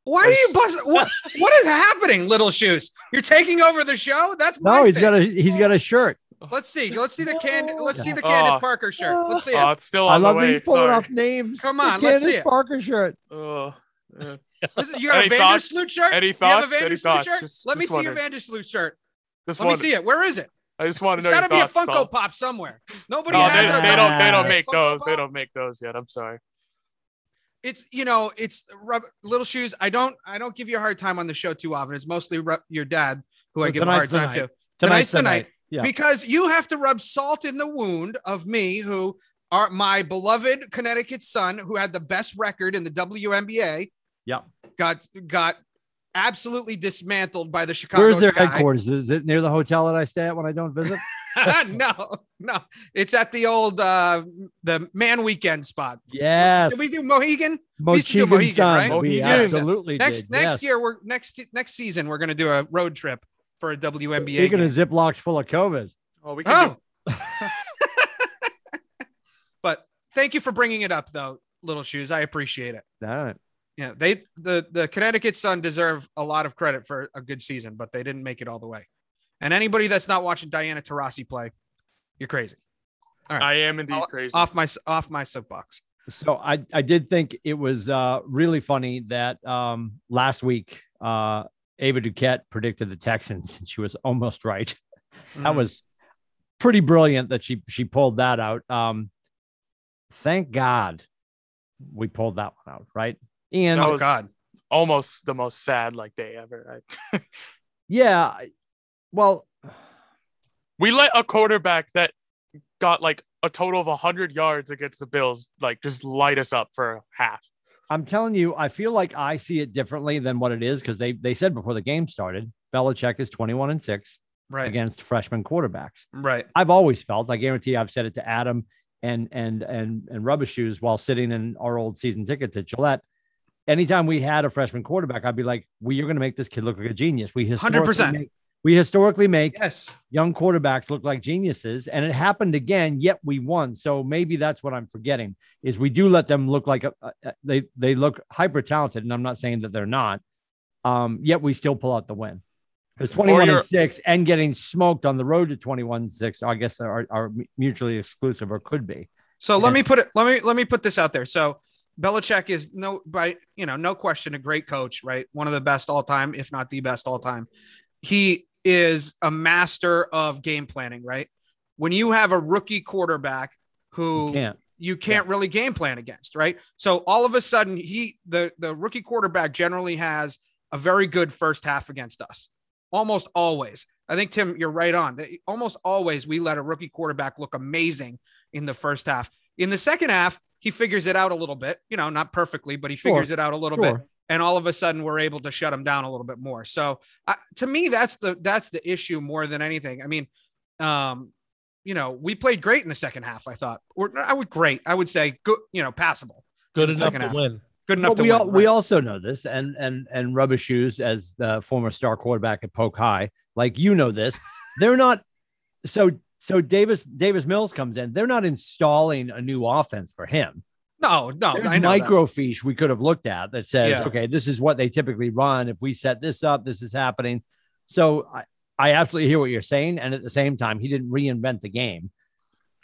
Speaker 2: why are you buzzing?
Speaker 1: *laughs*
Speaker 2: What, what is happening, Little Shoes? You're taking over the show. That's my
Speaker 1: No, he's
Speaker 2: thing.
Speaker 1: got a he's got a shirt.
Speaker 2: Let's see. Let's see the can. Let's see the
Speaker 4: Oh.
Speaker 2: Candace Parker shirt. Let's see
Speaker 4: uh,
Speaker 2: it.
Speaker 4: it's still
Speaker 1: I
Speaker 4: on
Speaker 1: love
Speaker 4: the
Speaker 1: that
Speaker 4: way.
Speaker 1: he's pulling
Speaker 4: Sorry.
Speaker 1: off names.
Speaker 2: Come
Speaker 1: The
Speaker 2: on, let's see
Speaker 1: Candace
Speaker 2: it.
Speaker 1: Parker shirt.
Speaker 4: Ugh. Uh,
Speaker 2: You got a
Speaker 4: Any thoughts?
Speaker 2: Vandersloot shirt?
Speaker 4: Any
Speaker 2: You have a
Speaker 4: thoughts? Any
Speaker 2: Vandersloot
Speaker 4: thoughts?
Speaker 2: shirt?
Speaker 4: Just-
Speaker 2: Let me
Speaker 4: just
Speaker 2: see
Speaker 4: wondering.
Speaker 2: your Vandersloot shirt.
Speaker 4: just
Speaker 2: Let me
Speaker 4: wanted-
Speaker 2: see it. Where is it?
Speaker 4: I just want
Speaker 2: It's
Speaker 4: to know.
Speaker 2: got
Speaker 4: your
Speaker 2: to be a
Speaker 4: thoughts,
Speaker 2: Funko
Speaker 4: Saul.
Speaker 2: Pop somewhere. Nobody
Speaker 4: No,
Speaker 2: has
Speaker 4: they,
Speaker 2: a
Speaker 4: they don't. They don't
Speaker 2: Funko
Speaker 4: make those. They
Speaker 2: Pop.
Speaker 4: don't make those yet. I'm sorry.
Speaker 2: It's you know, it's rub, little shoes. I don't. I don't give you a hard time on the show too often. It's mostly ru- your dad who I
Speaker 1: So
Speaker 2: give a
Speaker 1: tonight's
Speaker 2: hard
Speaker 1: the
Speaker 2: time
Speaker 1: night.
Speaker 2: to. Tonight's the night.
Speaker 1: Yeah.
Speaker 2: because you have to rub salt in the wound of me, who are my beloved Connecticut son, who had the best record in the WNBA.
Speaker 1: Yep.
Speaker 2: Got got absolutely dismantled by the Chicago.
Speaker 1: Where's their
Speaker 2: Sky.
Speaker 1: headquarters? Is it near the hotel that I stay at when I don't visit?
Speaker 2: *laughs* no, no, it's at the old uh the man weekend spot.
Speaker 1: yes.
Speaker 2: Did we do Mohegan? used to do
Speaker 1: Mohegan,
Speaker 2: Mohegan,
Speaker 1: Sun.
Speaker 2: right?
Speaker 1: We
Speaker 4: Mohegan.
Speaker 1: absolutely
Speaker 2: Next
Speaker 1: did,
Speaker 2: next
Speaker 1: yes.
Speaker 2: year we're next next season we're gonna do a road trip for a WNBA.
Speaker 1: Speaking
Speaker 2: game.
Speaker 1: of ziplocs full of COVID.
Speaker 4: Well, we can.
Speaker 2: Oh. *laughs* but thank you for bringing it up, though, Little Shoes. I appreciate it.
Speaker 1: All right.
Speaker 2: Yeah, they the the Connecticut Sun deserve a lot of credit for a good season, but they didn't make it all the way. And anybody that's not watching Diana Taurasi play, you're crazy.
Speaker 4: Do, I am indeed crazy.
Speaker 2: Off my off my soapbox.
Speaker 1: So I, I did think it was uh, really funny that um, last week uh, Ava Duquette predicted the Texans *laughs* and she was almost right. that
Speaker 2: Mm.
Speaker 1: was pretty brilliant that she she pulled that out. Um, thank God we pulled that one out, right? And
Speaker 4: That
Speaker 2: oh
Speaker 4: was-
Speaker 2: God.
Speaker 4: Almost the most sad like day ever. I,
Speaker 1: yeah, I- well,
Speaker 4: we let a quarterback that got like a total of 100 yards against the Bills like just light us up for half.
Speaker 1: I'm telling you, I feel like I see it differently than what it is because they they said before the game started, Belichick is 21 and six
Speaker 2: Right.
Speaker 1: against freshman quarterbacks.
Speaker 2: Right.
Speaker 1: I've always felt, I guarantee I've said it to Adam and and and and rubber shoes while sitting in our old season tickets at Gillette. Anytime we had a freshman quarterback, I'd be like, "We are going to make this kid look like a genius." We historically
Speaker 2: 100%.
Speaker 1: make- we historically make
Speaker 2: Yes.
Speaker 1: young quarterbacks look like geniuses, and it happened again. Yet we won, so maybe that's what I'm forgetting is we do let them look like a, a, a- they they look hyper talented, and I'm not saying that they're not. Um, yet we still pull out the win. Because 21
Speaker 4: you're-
Speaker 1: and six and getting smoked on the road to 21 and six, I guess are, are mutually exclusive or could be.
Speaker 2: So let
Speaker 1: Yeah.
Speaker 2: me put it. Let me let me put this out there. So Belichick is no by you know no question a great coach, right? One of the best all time, if not the best all time. He is a master of game planning, right? When you have a rookie quarterback
Speaker 1: You
Speaker 2: who
Speaker 1: can't.
Speaker 2: you can't really game plan against, right? So all of a sudden, he the the rookie quarterback generally has a very good first half against us, almost always. I think Tim, you're right on. They- Almost always, we let a rookie quarterback look amazing in the first half. In the second half, he figures it out a little bit. You know, not perfectly, but he
Speaker 1: Sure.
Speaker 2: figures it out a little bit
Speaker 1: Sure.
Speaker 2: and all of a sudden we're able to shut them down a little bit more. So I, to me, that's the that's the issue more than anything. I mean, um, you know, we played great in the second half. I thought, or I would great. I would say good. You know, passable,
Speaker 3: Good enough
Speaker 2: second
Speaker 3: to
Speaker 2: half.
Speaker 3: win.
Speaker 2: good enough
Speaker 1: Well,
Speaker 2: to
Speaker 1: we
Speaker 2: win.
Speaker 1: all,
Speaker 2: right?
Speaker 1: we also know this, and and and Rubber Shoes, as the former star quarterback at Polk High, like you know this, they're not. So so Davis Davis Mills comes in. They're not installing a new offense for him.
Speaker 2: no, no,
Speaker 1: There's
Speaker 2: Oh, I know that.
Speaker 1: microfiche we could have looked at that says,
Speaker 2: Yeah.
Speaker 1: okay, this is what they typically run. If we set this up, this is happening. So I, I absolutely hear what you're saying, and at the same time, he didn't reinvent the game.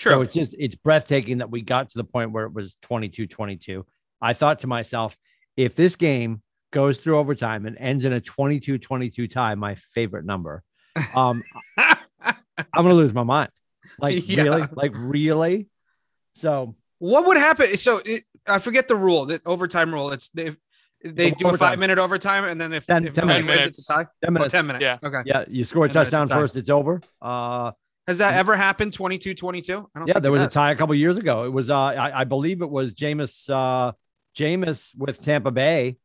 Speaker 1: So it's just it's breathtaking that we got to the point where it was 22-22. I thought to myself, if this game goes through overtime and ends in a 22-22 tie, my favorite number,
Speaker 2: *laughs*
Speaker 1: um, I'm gonna lose my mind. Like
Speaker 2: Yeah.
Speaker 1: really, like really. So
Speaker 2: *laughs* What would happen? So it, I forget the rule, the overtime rule. It's they they do a
Speaker 1: Overtime.
Speaker 2: five minute overtime, and then if,
Speaker 1: Ten-
Speaker 2: if
Speaker 1: ten
Speaker 2: nobody
Speaker 4: minutes.
Speaker 2: wins, it's a tie.
Speaker 1: ten
Speaker 2: Oh,
Speaker 1: minutes.
Speaker 2: 10 minutes.
Speaker 4: Yeah.
Speaker 2: Okay.
Speaker 1: yeah, you score a
Speaker 2: ten minutes,
Speaker 1: touchdown
Speaker 2: it's time.
Speaker 1: first, it's over. Uh,
Speaker 2: Has that ever happened? 22, 22? I don't
Speaker 1: yeah,
Speaker 2: think
Speaker 1: there
Speaker 2: it
Speaker 1: was a
Speaker 2: has.
Speaker 1: tie a couple years ago. It was uh, I, I believe it was Jameis uh, Jameis with Tampa Bay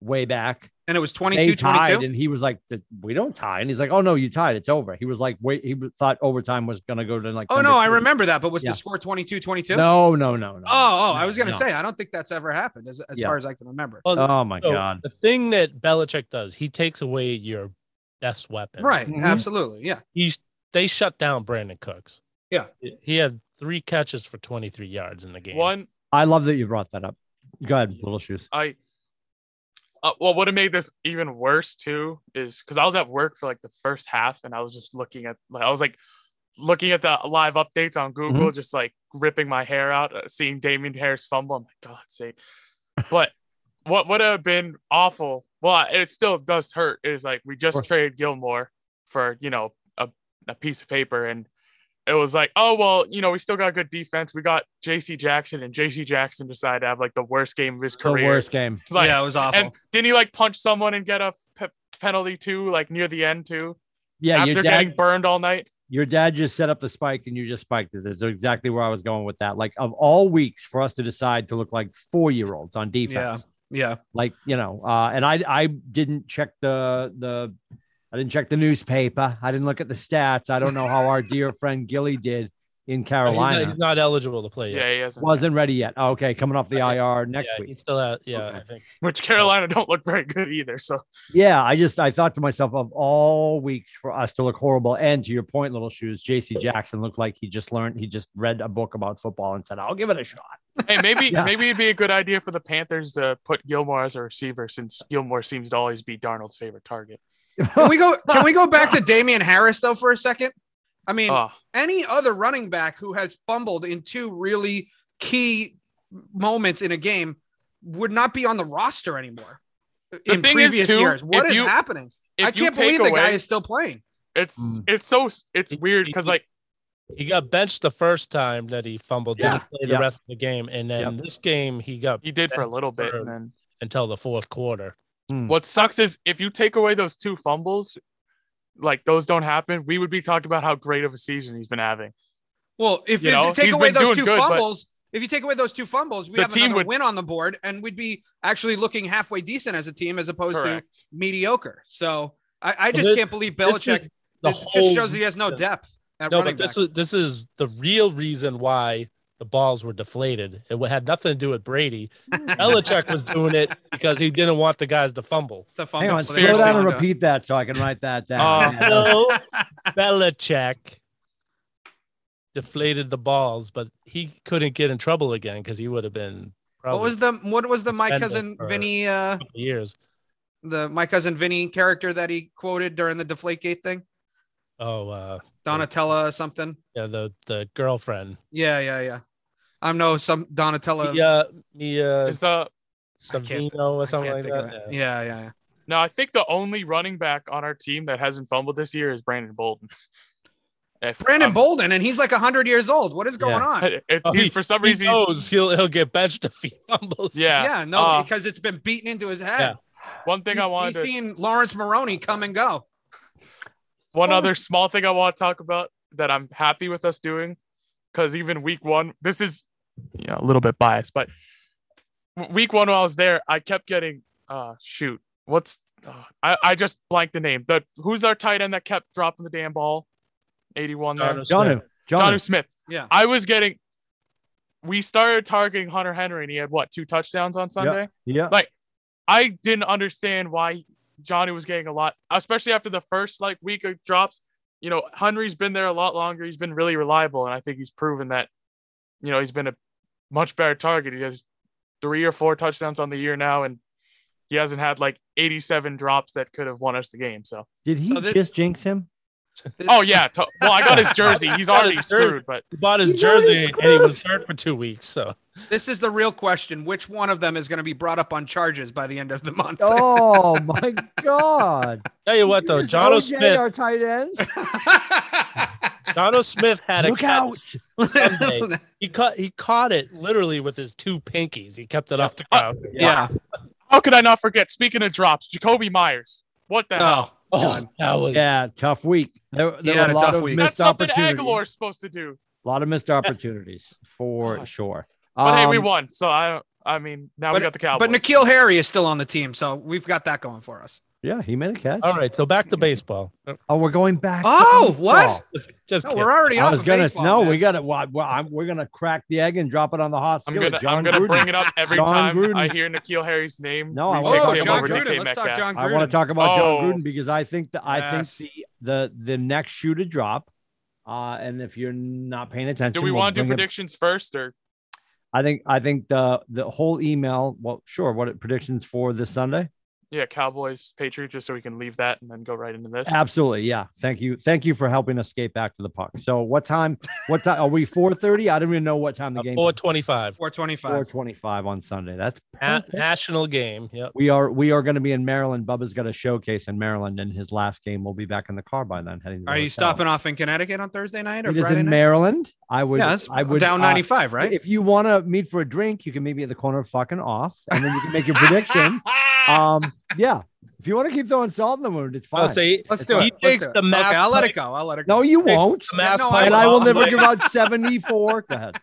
Speaker 1: way back.
Speaker 2: and it was
Speaker 1: They
Speaker 2: 22,
Speaker 1: tied,
Speaker 2: 22.
Speaker 1: and he was like, "Th- "We don't tie," and he's like, "Oh no, you tied. It's over." He was like, "Wait," he thought overtime was gonna go to like.
Speaker 2: Oh
Speaker 1: number
Speaker 2: no, I
Speaker 1: three.
Speaker 2: remember that. But was
Speaker 1: Yeah.
Speaker 2: the score 22, 22?
Speaker 1: No, no, no, no.
Speaker 2: Oh, oh, I was gonna
Speaker 1: No.
Speaker 2: say I don't think that's ever happened as, as
Speaker 1: Yeah.
Speaker 2: far as I can remember.
Speaker 3: Well,
Speaker 1: Oh my
Speaker 3: so
Speaker 1: god.
Speaker 3: The thing that Belichick does, he takes away your best weapon.
Speaker 2: Right,
Speaker 4: Mm-hmm.
Speaker 1: Mhm.
Speaker 2: absolutely, yeah.
Speaker 3: He's they shut down Brandon Cooks.
Speaker 2: Yeah.
Speaker 3: He had three catches for 23 yards in the game.
Speaker 4: One
Speaker 1: I love that you brought that up. Go ahead, little shoes.
Speaker 4: I uh, well, what made this even worse too is because I was at work for like the first half, and I was just looking at like I was like looking at the live updates on
Speaker 1: Mm-hmm.
Speaker 4: Google, just like ripping my hair out, uh, seeing Damien Harris fumble. I'm like, God's sake! But what would have been awful? Well, it still does hurt. Is like we just
Speaker 1: Sure.
Speaker 4: traded Gilmore for you know a, a piece of paper and. It was like, oh well, you know, we still got good defense. We got J.C. Jackson, and J.C. Jackson decided to have like the worst game of his
Speaker 1: The
Speaker 4: career.
Speaker 1: worst game.
Speaker 4: Like,
Speaker 2: yeah, it was awful.
Speaker 4: and didn't he like punch someone and get a pe- penalty too, like near the end too?
Speaker 1: Yeah,
Speaker 4: after
Speaker 1: your
Speaker 4: getting
Speaker 1: dad,
Speaker 4: burned all night.
Speaker 1: your dad just set up the spike and you just spiked it. That's exactly where I was going with that. Like of all weeks for us to decide to look like four year olds on defense. *laughs*
Speaker 2: yeah,
Speaker 1: Like, you know, uh, and I I didn't check the the I didn't check the newspaper. I didn't look at the stats. I don't know how our
Speaker 3: *laughs*
Speaker 1: dear friend Gilly did in
Speaker 3: Oh, He's not-
Speaker 1: Carolina.
Speaker 3: He's not eligible to play
Speaker 4: Yeah,
Speaker 3: yet.
Speaker 4: he hasn't.
Speaker 1: Wasn't ready yet. okay, coming off the IR next
Speaker 3: yeah,
Speaker 1: week.
Speaker 3: He's still out. Yeah,
Speaker 1: Okay.
Speaker 3: I think.
Speaker 4: *laughs* Which Carolina don't look very good either. So
Speaker 1: Yeah, I just I thought to myself of all weeks for us to look horrible. And to your point, little shoes, JC Jackson looked like he just learned he just read a book about football and said, I'll give it a shot.
Speaker 4: *laughs* hey, maybe
Speaker 1: Yeah.
Speaker 4: maybe it'd be a good idea for the Panthers to put Gilmore as a receiver since Gilmore seems to always be Darnold's favorite target.
Speaker 2: Can we go? Can we go back to Damian Harris though for a second? I mean,
Speaker 4: Oh,
Speaker 2: any other running back who has fumbled in two really key moments in a game would not be on the roster anymore in
Speaker 4: thing is,
Speaker 2: previous
Speaker 4: too,
Speaker 2: years. What
Speaker 4: if
Speaker 2: is
Speaker 4: you-
Speaker 2: happening?
Speaker 4: if
Speaker 2: I
Speaker 4: you
Speaker 2: can't
Speaker 4: take
Speaker 2: believe the guy
Speaker 4: away-
Speaker 2: is still playing.
Speaker 4: It's
Speaker 1: Mm.
Speaker 4: it's so it's weird because like
Speaker 3: He got benched the first time that he fumbled,
Speaker 2: Yeah.
Speaker 3: didn't play the
Speaker 1: Yeah.
Speaker 3: rest of the game. And then this game, he got
Speaker 4: he did for a little bit, and then
Speaker 3: until the fourth quarter.
Speaker 4: What sucks is if you take away those two fumbles, like those don't happen, we would be talking about how great of a season he's been having.
Speaker 2: Well, if
Speaker 4: You
Speaker 2: you,
Speaker 4: know,
Speaker 2: take
Speaker 4: he's
Speaker 2: away
Speaker 4: been
Speaker 2: those
Speaker 4: doing
Speaker 2: two
Speaker 4: good, but-
Speaker 2: fumbles, if you take away those two fumbles, we
Speaker 4: The
Speaker 2: have
Speaker 4: team
Speaker 2: another
Speaker 4: would-
Speaker 2: win on the board, and we'd be actually looking halfway decent as a team as opposed
Speaker 4: Correct.
Speaker 2: to mediocre. So I, I
Speaker 3: Well,
Speaker 2: just
Speaker 3: this-
Speaker 2: can't believe
Speaker 3: this is
Speaker 2: Belichick.
Speaker 3: The
Speaker 2: this
Speaker 3: whole
Speaker 2: just shows he has no depth at
Speaker 3: no,
Speaker 2: running
Speaker 3: but
Speaker 2: back.
Speaker 3: this is this is the real reason why the balls were deflated. It had nothing to do
Speaker 2: *laughs*
Speaker 3: with Brady. Belichick was doing it because he didn't want the guys to fumble.
Speaker 2: the
Speaker 1: Hang
Speaker 2: fumble.
Speaker 1: on,
Speaker 2: so
Speaker 1: slow
Speaker 2: seriously.
Speaker 1: down and repeat that so I can write that down. *laughs*
Speaker 4: Uh,
Speaker 1: *laughs* Yeah.
Speaker 3: So Belichick deflated the balls, but he couldn't get in trouble again because he would have been probably
Speaker 2: What was the what was the my
Speaker 3: Defender
Speaker 2: cousin
Speaker 3: for-
Speaker 2: Vinny uh
Speaker 3: a couple years.
Speaker 2: the my cousin Vinny character that he quoted during the Deflategate thing?
Speaker 3: Oh, uh,
Speaker 2: Donatella or something.
Speaker 3: yeah, the the girlfriend,
Speaker 2: Yeah, yeah, yeah. I'm no some Donatella.
Speaker 3: Mia Mia
Speaker 4: Is uh
Speaker 2: can't-
Speaker 3: Savino or
Speaker 2: I
Speaker 3: something like
Speaker 2: can't think of
Speaker 3: that.
Speaker 2: it.
Speaker 3: Yeah.
Speaker 2: Yeah, yeah, yeah.
Speaker 4: No, I think the only running back on our team that hasn't fumbled this year is Brandon Bolden. If
Speaker 2: Brandon
Speaker 4: I'm-
Speaker 2: Bolden, and he's like hundred years old. What is going
Speaker 1: Yeah.
Speaker 2: on?
Speaker 4: it- it-
Speaker 3: Oh,
Speaker 4: he's-
Speaker 3: he-
Speaker 4: for some
Speaker 3: He
Speaker 4: reason, he's-
Speaker 3: knows he'll he'll get benched *laughs* if he fumbles.
Speaker 4: *laughs* Yeah.
Speaker 2: no,
Speaker 4: uh,
Speaker 2: because it's been beaten into his head.
Speaker 4: one thing I
Speaker 2: He's-
Speaker 4: wanted
Speaker 2: he's
Speaker 4: to,
Speaker 2: seen Lawrence Maroney come and go.
Speaker 4: one other small thing I want to talk about that I'm happy with us doing, because even week one, this is yeah a little bit biased, but w- week one while I was there, I kept getting uh shoot, what's uh, I I just blanked the name, but who's our tight end that kept dropping the damn ball, eighty one there,
Speaker 3: Darnold Smith.
Speaker 1: John,
Speaker 4: John
Speaker 1: John,
Speaker 4: Smith.
Speaker 2: Yeah.
Speaker 4: I was getting. We started targeting Hunter Henry, and he had what two touchdowns on Sunday.
Speaker 1: yeah,
Speaker 4: I didn't understand why Johnny was getting a lot, especially after the first like week of drops. You know, Henry's been there a lot longer. He's been really reliable, and I think he's proven that. You know, he's been a much better target. He has three or four touchdowns on the year now, and he hasn't had like 87 drops that could have won us the game. So
Speaker 1: did he
Speaker 2: So thi-
Speaker 1: just jinx him?
Speaker 4: Oh yeah. to- well, I *laughs* got his jersey. He's already
Speaker 3: Jersey.
Speaker 4: screwed, but
Speaker 3: He bought his
Speaker 1: He's already
Speaker 3: jersey and he was hurt for two weeks. So
Speaker 2: This is the real question. Which one of them is going to be brought up on charges by the end of the month? *laughs*
Speaker 1: Oh my God!
Speaker 3: tell you what though,
Speaker 1: Here's
Speaker 3: Jono
Speaker 1: OJ,
Speaker 3: Smith,
Speaker 1: our tight ends.
Speaker 3: Jono Smith had a
Speaker 1: Look
Speaker 3: catch.
Speaker 1: out!
Speaker 3: Sunday. He caught he caught it literally with his two pinkies. He kept it off the
Speaker 4: Uh,
Speaker 3: ground.
Speaker 2: yeah.
Speaker 4: how could I not forget? Speaking of drops, Jacoby Myers. What the hell?
Speaker 2: Oh,
Speaker 3: Oh, that was
Speaker 1: Yeah, tough week. There, there
Speaker 2: had
Speaker 1: were
Speaker 2: a
Speaker 1: a lot
Speaker 2: tough
Speaker 1: of
Speaker 2: week.
Speaker 1: missed
Speaker 4: That's something
Speaker 1: opportunities.
Speaker 4: Aguilar's supposed to do.
Speaker 1: A lot of missed opportunities for
Speaker 4: Gosh.
Speaker 1: sure.
Speaker 4: Oh. But hey, we
Speaker 1: Um,
Speaker 4: won. So I I mean now
Speaker 2: But-
Speaker 4: we got the Cowboys.
Speaker 2: but Nikhil Harry is still on the team, so we've got that going for us.
Speaker 1: Yeah, he made a catch.
Speaker 3: all right. So back to baseball.
Speaker 1: Oh, we're going back. to
Speaker 2: Oh,
Speaker 1: baseball.
Speaker 2: what?
Speaker 3: Just, just
Speaker 2: No,
Speaker 3: kidding.
Speaker 2: we're already
Speaker 1: I
Speaker 2: off
Speaker 1: was
Speaker 2: of
Speaker 1: gonna
Speaker 2: baseball,
Speaker 1: no.
Speaker 2: man.
Speaker 1: We gotta. Well, well, I'm, we're gonna crack the egg and drop it on the hot
Speaker 4: I'm
Speaker 1: skillet.
Speaker 4: gonna
Speaker 1: John
Speaker 4: I'm gonna
Speaker 1: Gruden.
Speaker 4: bring it up every
Speaker 1: John
Speaker 4: time
Speaker 1: Gruden.
Speaker 4: I hear Nikhil Harry's name.
Speaker 1: No, I
Speaker 4: we
Speaker 1: wanna
Speaker 4: pick
Speaker 1: talk
Speaker 2: Oh,
Speaker 4: him
Speaker 2: John
Speaker 4: over
Speaker 2: Gruden.
Speaker 4: DK
Speaker 2: Let's talk
Speaker 4: Metcalf.
Speaker 2: John Gruden.
Speaker 1: I want to talk about John
Speaker 4: Oh.
Speaker 1: Gruden because I think that I
Speaker 2: Yes.
Speaker 1: think the the the next shoe to drop. Uh, and if you're not paying attention,
Speaker 4: Do we
Speaker 1: we'll
Speaker 4: want to do
Speaker 1: bring it-
Speaker 4: predictions first or
Speaker 1: I think I think the the whole email. Well, sure. What it, predictions for this Sunday?
Speaker 4: yeah, Cowboys, Patriots, just so we can leave that and then go right into this.
Speaker 1: Absolutely, yeah. Thank you, thank you for helping us skate back to the puck. So, what time? What time are we? Four thirty? I don't even know what time
Speaker 2: Uh,
Speaker 1: the game.
Speaker 3: Four twenty-five.
Speaker 2: 425.
Speaker 1: Four twenty-five on Sunday. That's
Speaker 2: Uh,
Speaker 1: perfect.
Speaker 3: National game. Yep.
Speaker 1: We are we are going to be in Maryland. Bubba's got a showcase in Maryland, and his last game will be back in the car by then. Heading. To the
Speaker 2: Are you
Speaker 1: hotel.
Speaker 2: stopping off in Connecticut on Thursday night or
Speaker 1: It is
Speaker 2: Friday
Speaker 1: in
Speaker 2: night?
Speaker 1: Maryland. I would.
Speaker 2: Yeah, that's
Speaker 1: I would
Speaker 2: down
Speaker 1: uh,
Speaker 2: 95, right?
Speaker 1: If you want to meet for a drink, you can meet me at the corner of fucking off, and then you can make your *laughs* prediction. Um, yeah. If you want to keep throwing salt in the wound, it's
Speaker 3: Oh,
Speaker 1: fine.
Speaker 3: so he,
Speaker 2: Let's do
Speaker 3: he
Speaker 2: it. Let's
Speaker 3: takes
Speaker 2: do it.
Speaker 3: the
Speaker 2: Okay,
Speaker 3: math
Speaker 2: I'll let
Speaker 3: play-
Speaker 2: it go. I'll let it go.
Speaker 1: no, you
Speaker 3: takes
Speaker 1: won't.
Speaker 3: the mass
Speaker 2: No, I
Speaker 3: pike
Speaker 1: And I will
Speaker 3: all the
Speaker 1: never
Speaker 3: *laughs* way-
Speaker 1: give out seventy-four. Go ahead.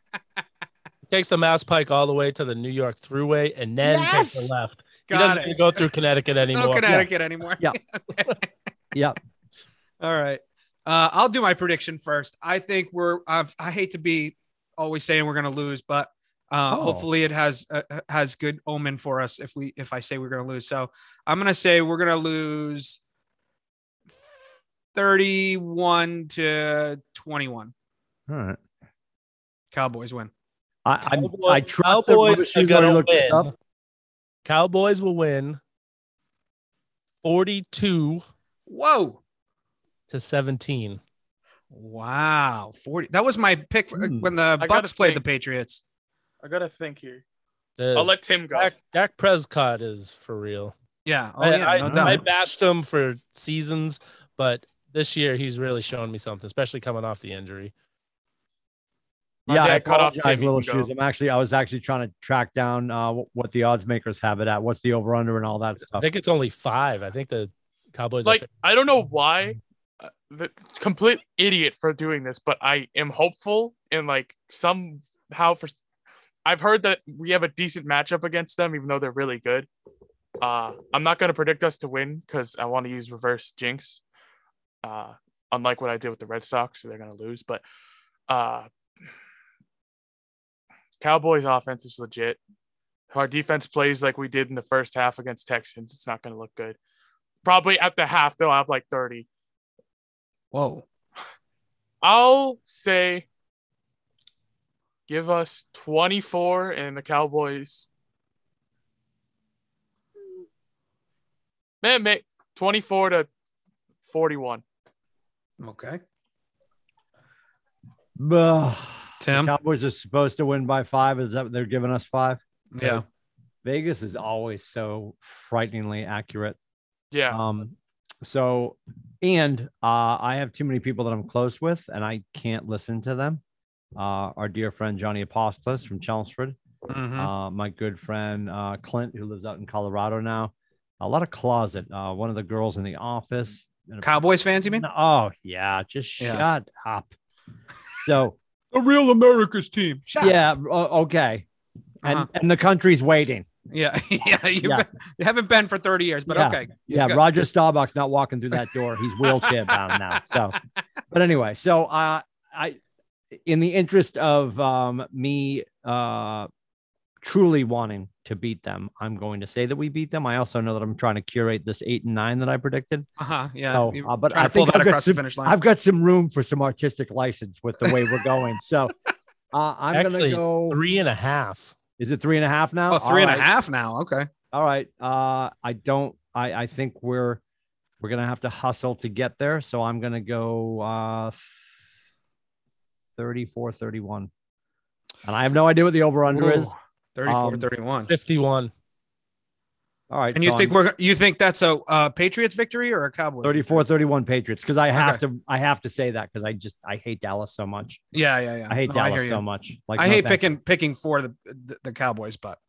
Speaker 3: takes the Mass Pike all the way to the New York Thruway and then takes
Speaker 1: Yes!
Speaker 3: a left. he
Speaker 2: Got
Speaker 3: doesn't
Speaker 2: it.
Speaker 3: even go through Connecticut anymore.
Speaker 2: No Connecticut anymore. *laughs*
Speaker 1: Yeah. Yeah.
Speaker 2: All right. Uh, I'll do my prediction first. I think we're. I've, I hate to be always saying we're going to lose, but uh,
Speaker 1: Oh.
Speaker 2: hopefully it has uh, uh, has good omen for us if we if I say we're going to lose. So I'm going to say we're going to lose thirty-one to twenty-one.
Speaker 1: All right.
Speaker 2: Cowboys win.
Speaker 1: I
Speaker 3: Cowboys-
Speaker 1: I, I trust that
Speaker 3: Cowboys
Speaker 1: Robert
Speaker 3: are
Speaker 1: Shoes
Speaker 3: gonna
Speaker 1: already looked this
Speaker 3: win.
Speaker 1: up.
Speaker 3: Cowboys will win 42
Speaker 2: Whoa!
Speaker 3: to 17.
Speaker 2: Wow, forty. That was my pick for- uh,
Speaker 1: Hmm.
Speaker 2: when the
Speaker 4: I gotta
Speaker 2: Bucks played the
Speaker 4: think.
Speaker 2: Patriots.
Speaker 4: I gotta think here.
Speaker 3: The-
Speaker 4: I'll let Tim go.
Speaker 3: Dak, Dak Prescott is for real.
Speaker 2: Yeah. Oh
Speaker 3: I,
Speaker 2: yeah.
Speaker 3: I,
Speaker 2: no
Speaker 1: doubt.
Speaker 3: I
Speaker 2: doubt.
Speaker 3: bashed him for seasons, but this year he's really showing me something, especially coming off the injury.
Speaker 4: My
Speaker 1: yeah, I
Speaker 4: dad cut off
Speaker 1: apologize,
Speaker 4: Timmy
Speaker 1: little
Speaker 4: Hugo.
Speaker 1: shoes. I'm actually, I was actually trying to track down uh, wh- what the odds makers have it at, what's the over under, and all that
Speaker 3: I
Speaker 1: stuff.
Speaker 3: think it's only five. I think the Cowboys
Speaker 4: like
Speaker 3: are
Speaker 4: I don't know why uh, the complete idiot for doing this, but I am hopeful and like somehow for I've heard that we have a decent matchup against them, even though they're really good. Uh, I'm not gonna predict us to win because I want to use reverse jinx. Uh, unlike what I did with the Red Sox, so they're gonna lose. But uh, Cowboys offense is legit. If our defense plays like we did in the first half against Texans, it's not gonna look good probably at the half they'll have like 30
Speaker 2: Whoa.
Speaker 4: i'll say give us 24 and the cowboys man mate 24 to 41
Speaker 2: Okay.
Speaker 1: Ugh.
Speaker 2: Tim.
Speaker 1: Cowboys are supposed to win by five. Is that what they're giving us five?
Speaker 2: Yeah.
Speaker 1: Vegas is always so frighteningly accurate.
Speaker 4: yeah
Speaker 1: Um, so, and uh, I have too many people that I'm close with, and I can't listen to them. Uh, our dear friend Johnny Apostolos from Chelmsford,
Speaker 2: Mhm.
Speaker 1: uh, my good friend uh, Clint, who lives out in Colorado now. A lot of closet. Uh, one of the girls in the office. and a-
Speaker 2: Cowboys fans, you mean?
Speaker 1: No- oh yeah, just
Speaker 2: Yeah.
Speaker 1: shut
Speaker 2: *laughs*
Speaker 1: up. So
Speaker 2: A real America's team. Shut
Speaker 1: yeah, o- okay, and
Speaker 2: Uh-huh.
Speaker 1: and the country's waiting.
Speaker 2: Yeah, *laughs* yeah, you've
Speaker 1: Yeah.
Speaker 2: been- you haven't been for 30 years, but
Speaker 1: Yeah.
Speaker 2: okay.
Speaker 1: Yeah,
Speaker 2: got-
Speaker 1: Roger Starbucks not walking through that door. He's wheelchair bound now.
Speaker 2: *laughs*
Speaker 1: So, but anyway, so uh, I, in the interest of um, me uh, truly wanting to beat them, I'm going to say that we beat them. I also know that I'm trying to curate this eight and nine that I predicted.
Speaker 2: Uh-huh, yeah.
Speaker 1: So,
Speaker 2: You're
Speaker 1: uh, but
Speaker 2: trying
Speaker 1: I
Speaker 2: to pull
Speaker 1: think
Speaker 2: that
Speaker 1: I've got
Speaker 2: across the
Speaker 1: some-
Speaker 2: finish line.
Speaker 1: I've got some room for some artistic license with the way we're going. So, uh, I'm going
Speaker 3: Actually,
Speaker 1: to go.
Speaker 3: three and a half.
Speaker 1: Is it three and a half now?
Speaker 2: oh, three and a
Speaker 1: All right.
Speaker 2: half now. Okay.
Speaker 1: All right. Uh, I don't. I I think we're We're gonna have to hustle to get there. So I'm gonna go uh 34, 31. And I have no idea what the over under is.
Speaker 2: 34
Speaker 1: Um,
Speaker 2: 31.
Speaker 3: 51.
Speaker 1: All right.
Speaker 2: And you
Speaker 1: so
Speaker 2: think
Speaker 1: I'm
Speaker 2: we're you think that's a uh, Patriots victory or a Cowboys?
Speaker 1: 34, 31 Patriots? Because I have to I have to say that because I just I hate Dallas so much.
Speaker 2: Yeah, yeah, yeah.
Speaker 1: I hate
Speaker 2: No,
Speaker 1: Dallas
Speaker 2: hear you.
Speaker 1: so much. Like
Speaker 2: I
Speaker 1: no
Speaker 2: hate
Speaker 1: thank you.
Speaker 2: picking picking for the, the the Cowboys, but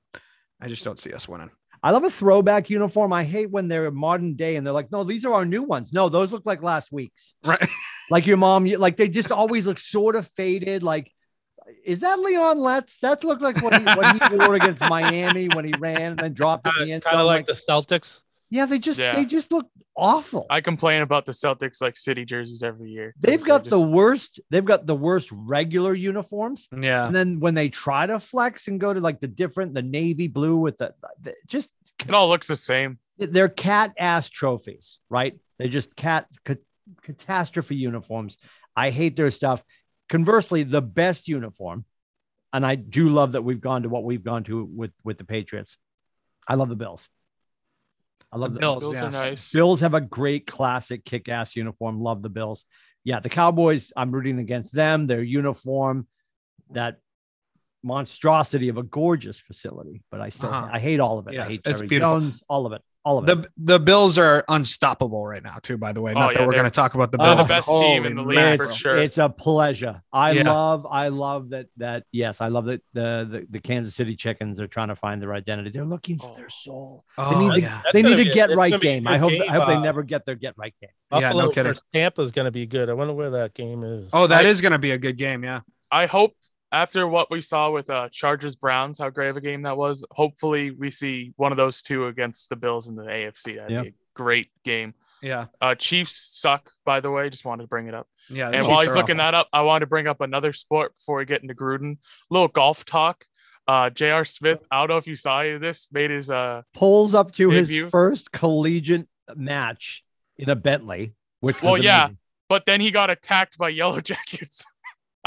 Speaker 2: I just don't see us winning.
Speaker 1: I love a throwback uniform. I hate when they're modern day and they're like, no, these are our new ones. No, those look like last week's.
Speaker 2: Right.
Speaker 1: *laughs* Like your mom, you, like they just always look sort of faded. Like, is that Leon Letts? That looked like what he, what he wore against Miami when he ran and then dropped it in the
Speaker 3: Kind
Speaker 1: end
Speaker 3: of
Speaker 1: zone.
Speaker 3: like the Celtics.
Speaker 1: yeah, they just
Speaker 4: Yeah.
Speaker 1: they just look awful.
Speaker 4: I complain about the Celtics like city jerseys every year. 'cause
Speaker 1: they've
Speaker 4: they're
Speaker 1: got the
Speaker 4: just-
Speaker 1: worst. They've got the worst regular uniforms.
Speaker 2: Yeah.
Speaker 1: And then when they try to flex and go to like the different, the navy blue with the, the just
Speaker 4: It all looks the same.
Speaker 1: they're cat ass trophies, right? They're just cat ca- catastrophe uniforms. I hate their stuff. Conversely, the best uniform, and I do love that we've gone to what we've gone to with with the Patriots. I love the Bills. I love the, Bills.
Speaker 4: Bills are
Speaker 2: yes.
Speaker 4: nice.
Speaker 1: Bills have a great classic kick ass uniform. Love the Bills. Yeah, the Cowboys, I'm rooting against them. Their uniform, that monstrosity of a gorgeous facility, but I still
Speaker 2: Uh-huh.
Speaker 1: I hate all of it.
Speaker 2: Yes,
Speaker 1: I hate
Speaker 2: it's
Speaker 1: Jerry
Speaker 2: beautiful.
Speaker 1: Jones, all of it. All of it.
Speaker 2: The the Bills are unstoppable right now too. By the way,
Speaker 4: Oh,
Speaker 2: not that
Speaker 4: yeah,
Speaker 2: we're
Speaker 4: they're-
Speaker 2: going to talk about the
Speaker 1: they're
Speaker 2: Bills.
Speaker 1: the
Speaker 4: best team in
Speaker 2: Holy
Speaker 4: the league, for
Speaker 2: mackerel.
Speaker 4: sure.
Speaker 1: It's a pleasure. I
Speaker 2: Yeah.
Speaker 1: love, I love that. That yes, I love that the, the the Kansas City Chickens are trying to find their identity. They're looking for
Speaker 4: Oh.
Speaker 1: their soul.
Speaker 2: Oh,
Speaker 1: need to-
Speaker 2: yeah.
Speaker 3: That's
Speaker 1: they
Speaker 3: gonna
Speaker 1: need
Speaker 3: be-
Speaker 1: to get
Speaker 3: it's
Speaker 1: right
Speaker 3: gonna be a
Speaker 1: game. I
Speaker 3: good
Speaker 1: hope. I hope they
Speaker 3: uh,
Speaker 1: never get their get right game.
Speaker 2: Yeah, no
Speaker 3: Buffalo
Speaker 2: kidding.
Speaker 3: Tampa is going to be good. I wonder where that game is.
Speaker 2: Oh, that
Speaker 4: I-
Speaker 2: is going to be a good game. Yeah.
Speaker 4: I hope after what we saw with uh, Chargers Browns, how great of a game that was. Hopefully, we see one of those two against the Bills in the AFC. That'd
Speaker 1: Yeah.
Speaker 4: be a great game.
Speaker 2: Yeah.
Speaker 4: Uh, Chiefs suck, by the way. Just wanted to bring it up.
Speaker 1: Uh,
Speaker 2: Yeah.
Speaker 4: and while he's looking that up, I wanted to bring up another sport before we get into Gruden. Little golf talk. Uh, J.R. Smith. I don't know if you saw any of this. Made his uh,
Speaker 1: Pulls up to his
Speaker 4: Debut.
Speaker 1: first collegiate match in a Bentley. Which was
Speaker 4: Well, yeah.
Speaker 1: amazing.
Speaker 4: but then he got attacked by *laughs* Yellow Jackets.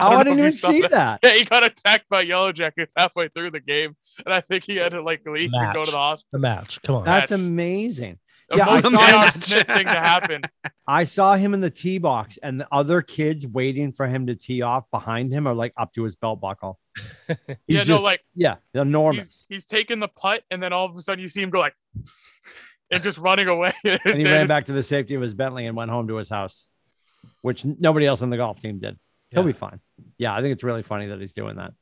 Speaker 1: Oh,
Speaker 4: don't
Speaker 1: I
Speaker 4: know if
Speaker 1: didn't
Speaker 4: you
Speaker 1: even
Speaker 4: saw
Speaker 1: see
Speaker 4: that.
Speaker 1: that.
Speaker 4: *laughs* Yeah, he got attacked by Yellow Jackets halfway through the game, and I think he had to like leave and go
Speaker 3: Match.
Speaker 4: to the hospital.
Speaker 3: the match. Come on.
Speaker 1: That's
Speaker 4: Match.
Speaker 1: amazing.
Speaker 4: The
Speaker 1: Yeah, I
Speaker 4: most
Speaker 1: saw
Speaker 4: J.R.
Speaker 2: that.
Speaker 4: Smith thing to happen.
Speaker 1: I saw him in the tee box, and the other kids waiting for him to tee off behind him are like up to his belt buckle. *laughs* He's
Speaker 4: *laughs* yeah,
Speaker 1: just-
Speaker 4: no, like
Speaker 1: yeah, enormous.
Speaker 4: he's, he's taking the putt, and then all of a sudden you see him go like, *laughs* and just running away. *laughs*
Speaker 2: *laughs*
Speaker 1: and he ran back to the safety of his Bentley and went home to his house, which n- nobody else on the golf team did. He'll
Speaker 3: Yeah.
Speaker 1: be fine. Yeah, I think it's really funny that he's doing that.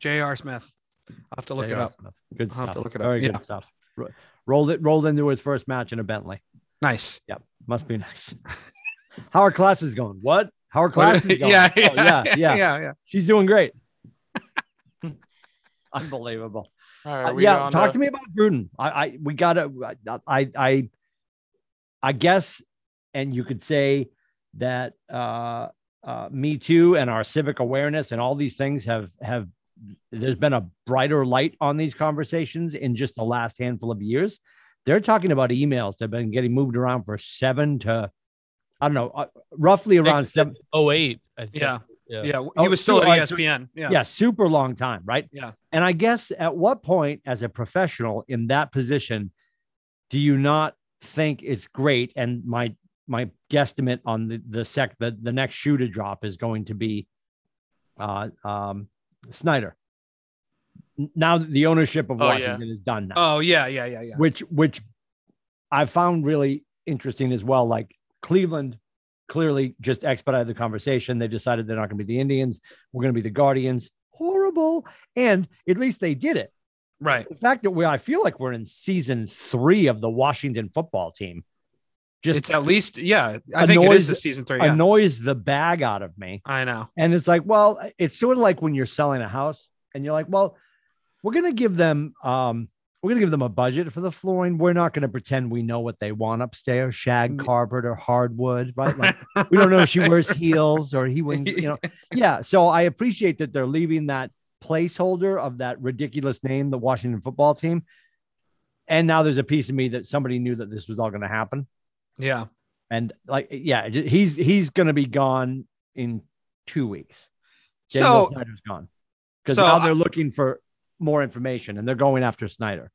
Speaker 2: J.R. Smith. I'll have to look it
Speaker 1: J.R.
Speaker 2: up.
Speaker 1: Smith. Good
Speaker 2: I'll have
Speaker 1: stuff.
Speaker 2: to look it up.
Speaker 1: Very
Speaker 2: Yeah.
Speaker 1: good stuff. Ro- rolled it rolled into his first match in a Bentley.
Speaker 2: Nice.
Speaker 1: Must be nice. *laughs* How are classes going? What? How are classes going?
Speaker 2: *laughs* yeah,
Speaker 1: Oh, yeah, yeah,
Speaker 2: *laughs* Yeah. Yeah.
Speaker 1: She's doing
Speaker 2: *laughs*
Speaker 1: great. Unbelievable.
Speaker 4: All
Speaker 1: Uh,
Speaker 4: right, we
Speaker 1: yeah,
Speaker 4: on
Speaker 1: talk
Speaker 4: the-
Speaker 1: to me about Gruden. I, I we gotta. I, I, I guess, and you could say that uh, uh, Me Too and our civic awareness and all these things have have. There's been a brighter light on these conversations in just the last handful of years. They're talking about emails that have been getting moved around for seven to, I don't know, uh, roughly around seven.
Speaker 3: Oh eight. I think.
Speaker 2: Yeah.
Speaker 3: Yeah.
Speaker 2: Yeah.
Speaker 1: Oh,
Speaker 2: He was still
Speaker 1: two
Speaker 2: at E
Speaker 1: eyes.
Speaker 2: ESPN. Yeah.
Speaker 1: yeah, super long time, right?
Speaker 2: Yeah.
Speaker 1: And I guess at what point, as a professional in that position, do you not think it's great? And my my guesstimate on the the sec the, the next shoe to drop is going to be uh um Snyder. N- Now that the ownership of
Speaker 4: Oh, yeah.
Speaker 1: Washington is done now
Speaker 2: Oh yeah. Yeah. Yeah. Yeah.
Speaker 1: which which I found really interesting as well. Like Cleveland clearly just expedited the conversation. They decided they're not going to be the Indians. We're going to be the Guardians. Horrible. And at least they did it.
Speaker 2: Right.
Speaker 1: The fact that we I feel like we're in season three of the Washington football team
Speaker 2: It's
Speaker 1: just
Speaker 2: at least. Yeah. I think it is
Speaker 1: annoys-
Speaker 2: the season three. Yeah.
Speaker 1: annoys the bag out of me.
Speaker 2: I know.
Speaker 1: And it's like, well, it's sort of like when you're selling a house and you're like, well, we're going to give them, um, we're going to give them a budget for the flooring. We're not going to pretend we know what they want upstairs, shag carpet or hardwood, right? Like we don't know if she wears heels or he wouldn't, you know? Yeah. So I appreciate that they're leaving that placeholder of that ridiculous name, the Washington football team. And now there's a piece of me that somebody knew that this was all going to happen
Speaker 2: Yeah.
Speaker 1: and like yeah j- he's he's gonna be gone in two weeks Daniel
Speaker 2: So
Speaker 1: snyder's gone because
Speaker 2: so
Speaker 1: now
Speaker 2: I-
Speaker 1: they're looking for more information and they're going after snyder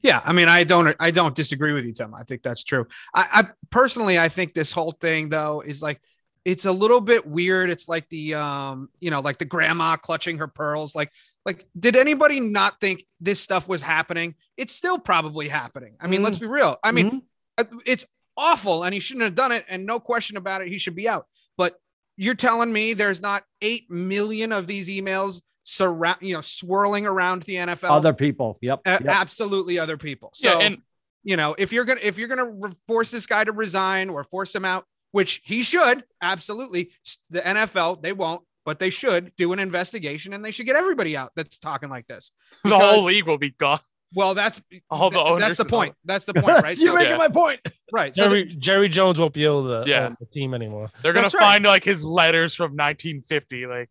Speaker 2: Yeah, I mean, I don't, I don't disagree with you, Tim. I think that's true. I, I personally, I think this whole thing though is like, it's a little bit weird. It's like the, um, you know, like the grandma clutching her pearls. Like, like, did anybody not think this stuff was happening? It's still probably happening. I mean, let's be real. I mean, uh, it's awful, and he shouldn't have done it, and no question about it, he should be out. But you're telling me there's not eight million of these emails surround, you know, swirling around the NFL.
Speaker 1: Other people. Yep.
Speaker 2: A-
Speaker 1: yep.
Speaker 2: absolutely other people. So
Speaker 4: yeah, and
Speaker 2: you know, if you're gonna if you're gonna re- force this guy to resign or force him out, which he should absolutely, s- the NFL they won't, but they should do an investigation and they should get everybody out that's talking like this.
Speaker 4: the whole
Speaker 2: because-
Speaker 4: league will be gone. *laughs*
Speaker 2: Well, that's
Speaker 4: All the
Speaker 2: th-
Speaker 4: owners
Speaker 2: that's the
Speaker 4: and all-
Speaker 2: point. That's the
Speaker 1: *laughs*
Speaker 2: point, right?
Speaker 1: You're
Speaker 2: So,
Speaker 1: making
Speaker 4: Yeah.
Speaker 1: my point.
Speaker 2: right. So
Speaker 3: Jerry, Jerry Jones won't be able to
Speaker 4: Yeah.
Speaker 3: own the team anymore.
Speaker 4: They're gonna
Speaker 2: That's right.
Speaker 4: find like his letters from 1950. Like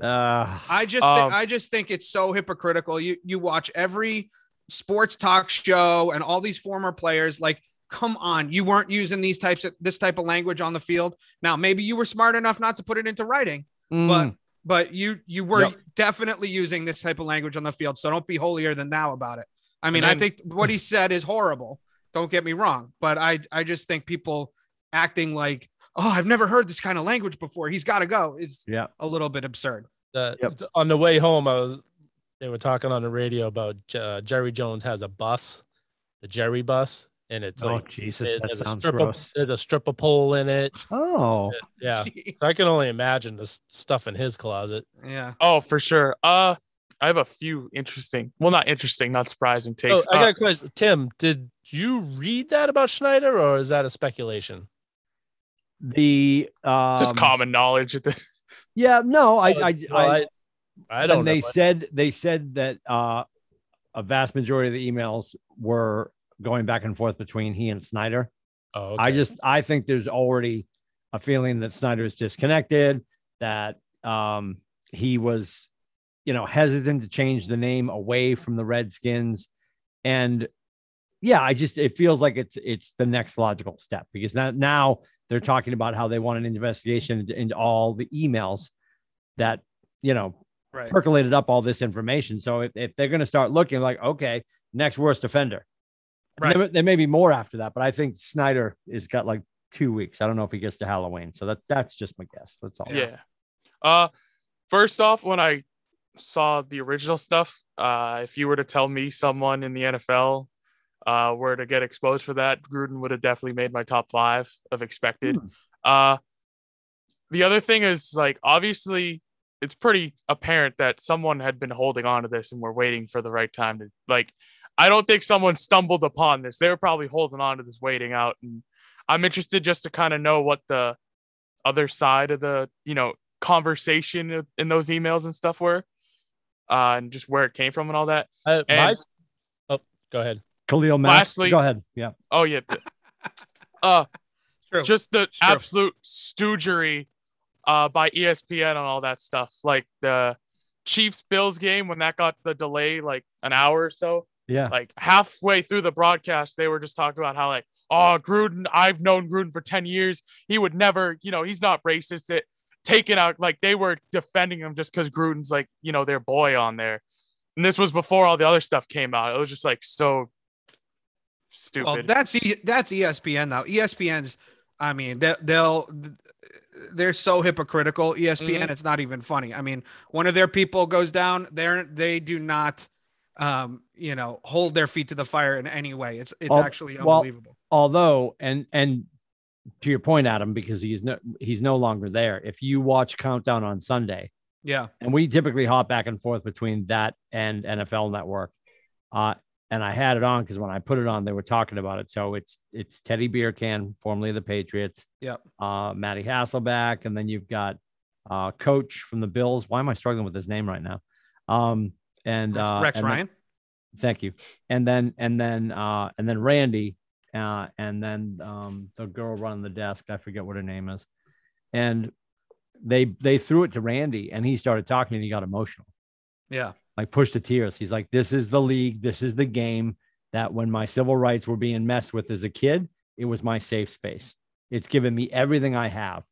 Speaker 1: Uh,
Speaker 2: I just
Speaker 4: Um,
Speaker 2: thi- I just think it's so hypocritical. You you watch every sports talk show and all these former players like come on you weren't using these types of this type of language on the field now maybe you were smart enough not to put it into writing
Speaker 3: Hmm.
Speaker 1: mm.
Speaker 2: but you you were
Speaker 1: Yep.
Speaker 2: definitely using this type of language on the field so don't be holier than thou about it i mean i
Speaker 4: then-
Speaker 2: think what he said is horrible don't get me wrong but i i just think people acting like oh i've never heard this kind of language before he's got to go is
Speaker 1: Yeah.
Speaker 2: a little bit absurd
Speaker 3: The-
Speaker 1: Yep.
Speaker 3: On the way home, I was they were talking on the radio about uh, Jerry Jones has a bus, the Jerry bus, and it's
Speaker 1: oh,
Speaker 3: like
Speaker 1: Jesus. That
Speaker 3: there's a
Speaker 1: sounds
Speaker 3: strip of-
Speaker 1: gross.
Speaker 3: there's a stripper pole in it.
Speaker 1: Oh,
Speaker 3: Yeah.
Speaker 1: *laughs*
Speaker 2: *laughs* Jeez.
Speaker 3: So I can only imagine the s- stuff in his closet.
Speaker 2: yeah
Speaker 4: oh, for sure. Uh, I have a few interesting, well, not interesting, not surprising
Speaker 3: Oh,
Speaker 4: takes.
Speaker 3: I got
Speaker 4: Uh,
Speaker 3: a question. Tim, did you read that about Schneider or is that a speculation?
Speaker 1: the um,
Speaker 4: Uh, just common knowledge. At the,
Speaker 1: Yeah, no, I, I,
Speaker 3: No,
Speaker 1: I,
Speaker 3: I, I don't
Speaker 1: and
Speaker 3: know.
Speaker 1: they said they said that uh, a vast majority of the emails were going back and forth between he and Snyder.
Speaker 3: oh,
Speaker 1: I
Speaker 3: okay.
Speaker 1: just I think there's already a feeling that Snyder is disconnected, that um, he was, you know, hesitant to change the name away from the Redskins, and yeah, I just it feels like it's it's the next logical step because now now they're talking about how they want an investigation into, into all the emails that you know
Speaker 2: right
Speaker 1: percolated up all this information. So if, if they're going to start looking like, okay, next worst offender, And
Speaker 2: Right.
Speaker 1: There, there may be more after that, but I think Snyder has got like two weeks. I don't know if he gets to Halloween. So that, that's just my guess. That's all.
Speaker 4: yeah. Uh, first off, when I saw the original stuff, uh, if you were to tell me someone in the NFL uh, were to get exposed for that, Gruden would have definitely made my top five of expected.
Speaker 1: Hmm.
Speaker 4: Uh, the other thing is like obviously it's pretty apparent that someone had been holding on to this and we're waiting for the right time to like. I don't think someone stumbled upon this. They were probably holding on to this, waiting out. And I'm interested just to kind of know what the other side of the you know conversation in those emails and stuff were, uh, and just where it came from and all that.
Speaker 3: I, Uh, my,
Speaker 4: and-
Speaker 3: oh, go
Speaker 4: *laughs*
Speaker 3: ahead.
Speaker 1: Khalil Mack.
Speaker 4: Lastly-
Speaker 1: go ahead. Yeah.
Speaker 4: Oh yeah. th- uh
Speaker 2: True.
Speaker 4: just the
Speaker 2: true.
Speaker 4: absolute stoogery uh by ESPN and all that stuff. Like the Chiefs Bills game when that got the delay like an hour or so.
Speaker 1: Yeah.
Speaker 4: Like halfway through the broadcast, they were just talking about how like, oh Gruden, I've known Gruden for 10 years. He would never, you know, he's not racist. It taken out like they were defending him just because Gruden's like, you know, their boy on there. And this was before all the other stuff came out. It was just like so stupid.
Speaker 2: Well, that's E- that's ESPN now. ESPN's, I mean, they, they'll they're so hypocritical. E ESPN, it's not even funny. I mean, one of their people goes down. They're they do not, um, you know, hold their feet to the fire in any way. It's it's
Speaker 1: Well-
Speaker 2: actually
Speaker 1: well-
Speaker 2: unbelievable.
Speaker 1: Although, and, and to your point, Adam, because he's no, he's no longer there. If you watch countdown on Sunday,
Speaker 2: yeah,
Speaker 1: and we typically hop back and forth between that and NFL Network. Uh, and I had it on because when I put it on, they were talking about it. So it's it's Teddy Beercan, formerly of the Patriots.
Speaker 2: Yep.
Speaker 1: Uh, Matty Hasselback, and then you've got uh, Coach from the Bills. Why am I struggling with his name right now? Um, and
Speaker 2: Rex,
Speaker 1: uh,
Speaker 2: Rex
Speaker 1: and then-
Speaker 2: Ryan.
Speaker 1: thank you. And then and then uh, and then Randy, uh, and then um, the girl running the desk. I forget what her name is. And they they threw it to Randy, and he started talking, and he got emotional
Speaker 2: Yeah,
Speaker 1: like pushed to tears. He's like, this is the league. This is the game that when my civil rights were being messed with as a kid, it was my safe space. It's given me everything I have.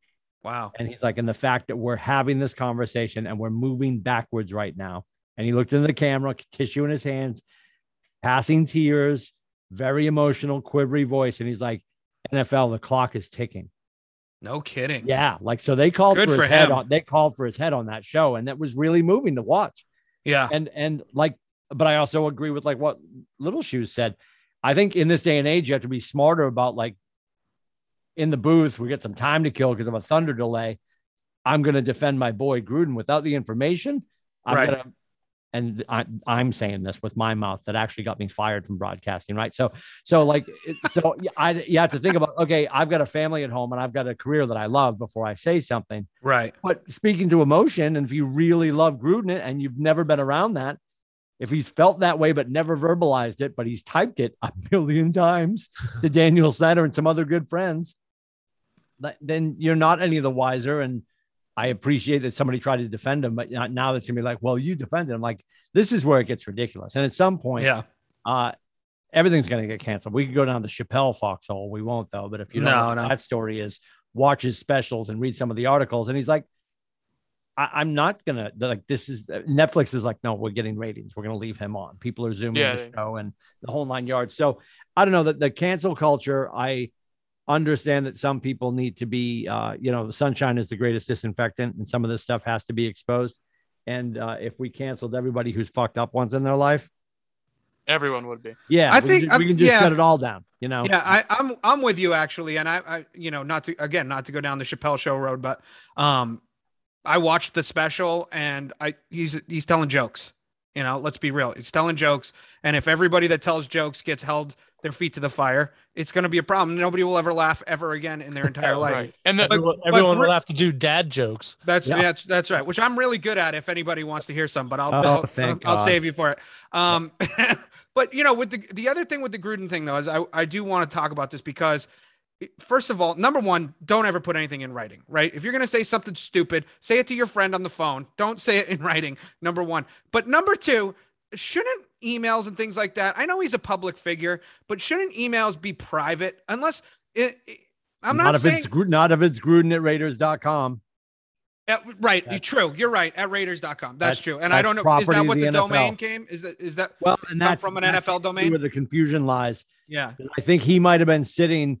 Speaker 2: wow.
Speaker 1: And he's like, and the fact that we're having this conversation and we're moving backwards right now. And he looked into the camera, tissue in his hands. passing tears, very emotional, quivery voice. And he's like, NFL, the clock is ticking.
Speaker 2: No kidding.
Speaker 1: Yeah. Like, so they called
Speaker 2: Good
Speaker 1: for his
Speaker 2: for
Speaker 1: head
Speaker 2: him.
Speaker 1: on, they called for his head on that show. And that was really moving to watch
Speaker 2: Yeah.
Speaker 1: and and like but i also agree with like what little shoes said i think in this day and age you have to be smarter about like in the booth we get some time to kill because of a thunder delay i'm going to defend my boy gruden without the information i'm
Speaker 2: Right.
Speaker 1: going to and I, I'm saying this with my mouth that actually got me fired from broadcasting, right? So, so like, it's- so *laughs* I you have to think about okay, I've got a family at home and I've got a career that I love before I say something.
Speaker 2: Right.
Speaker 1: But speaking to emotion, and if you really love Gruden and you've never been around that, if he's felt that way but never verbalized it, but he's typed it a *laughs* million times to Daniel Snyder and some other good friends, th- then you're not any of the wiser. And I appreciate that somebody tried to defend him, but not- now it's gonna be like, well, you defended him. Like this is where it gets ridiculous. And at some point,
Speaker 2: Yeah.
Speaker 1: uh, everything's going to get canceled. We could go down the Chappelle foxhole. We won't though. But if you don't know
Speaker 2: No,
Speaker 1: what
Speaker 2: no.
Speaker 1: that story is, watch his specials and read some of the articles. And he's like, I- I'm not gonna they're like this is Netflix is like, no, we're getting ratings. We're gonna leave him on. People are zooming
Speaker 4: Yeah.
Speaker 1: the show and the whole nine yards. So I don't know that the cancel culture. I understand that some people need to be, uh, you know, sunshine is the greatest disinfectant, and some of this stuff has to be exposed. And uh, if we canceled everybody who's fucked up once in their life,
Speaker 4: Everyone would be.
Speaker 1: yeah,
Speaker 2: I
Speaker 1: we
Speaker 2: think-
Speaker 1: can, ju- we
Speaker 2: I'm-
Speaker 1: can just
Speaker 2: yeah.
Speaker 1: shut it all down. You know,
Speaker 2: Yeah, I, I'm I'm with you actually, and I, I you know not to again not to go down the Chappelle show road, but um, I watched the special and I he's he's telling jokes. You know, let's be real, he's telling jokes, and if everybody that tells jokes gets held their feet to the fire, it's going to be a problem. Nobody will ever laugh ever again in their entire life.
Speaker 4: Right. And the,
Speaker 3: everyone, everyone
Speaker 2: Gr-
Speaker 3: will have to do dad jokes.
Speaker 2: That's
Speaker 1: Yeah.
Speaker 2: that's that's right. Which I'm really good at. If anybody wants to hear some, but I'll
Speaker 1: Oh,
Speaker 2: I'll,
Speaker 1: thank
Speaker 2: I'll,
Speaker 1: God.
Speaker 2: I'll save you for it. Um, *laughs* but you know, with the the other thing with the Gruden thing though is I I do want to talk about this because first of all, number one, don't ever put anything in writing, right? If you're going to say something stupid, say it to your friend on the phone. Don't say it in writing, number one. But number two, shouldn't emails and things like that, I know he's a public figure, but shouldn't emails be private unless it, it- I'm not,
Speaker 1: if
Speaker 2: saying
Speaker 1: it's Gru- not if it's Gruden at Raiders.com.
Speaker 2: at, Uh, right,
Speaker 1: That's-
Speaker 2: true. You're right. At Raiders.com. That's,
Speaker 1: That's-
Speaker 2: true. And
Speaker 1: that's
Speaker 2: I don't know. Is
Speaker 1: property of
Speaker 2: that what
Speaker 1: the
Speaker 2: the,
Speaker 1: NFL.
Speaker 2: domain came? Is that is that
Speaker 1: Well, and
Speaker 2: come
Speaker 1: that's
Speaker 2: from an
Speaker 1: that's
Speaker 2: NFL domain?
Speaker 1: where the confusion lies.
Speaker 2: Yeah.
Speaker 1: I think he might have been sitting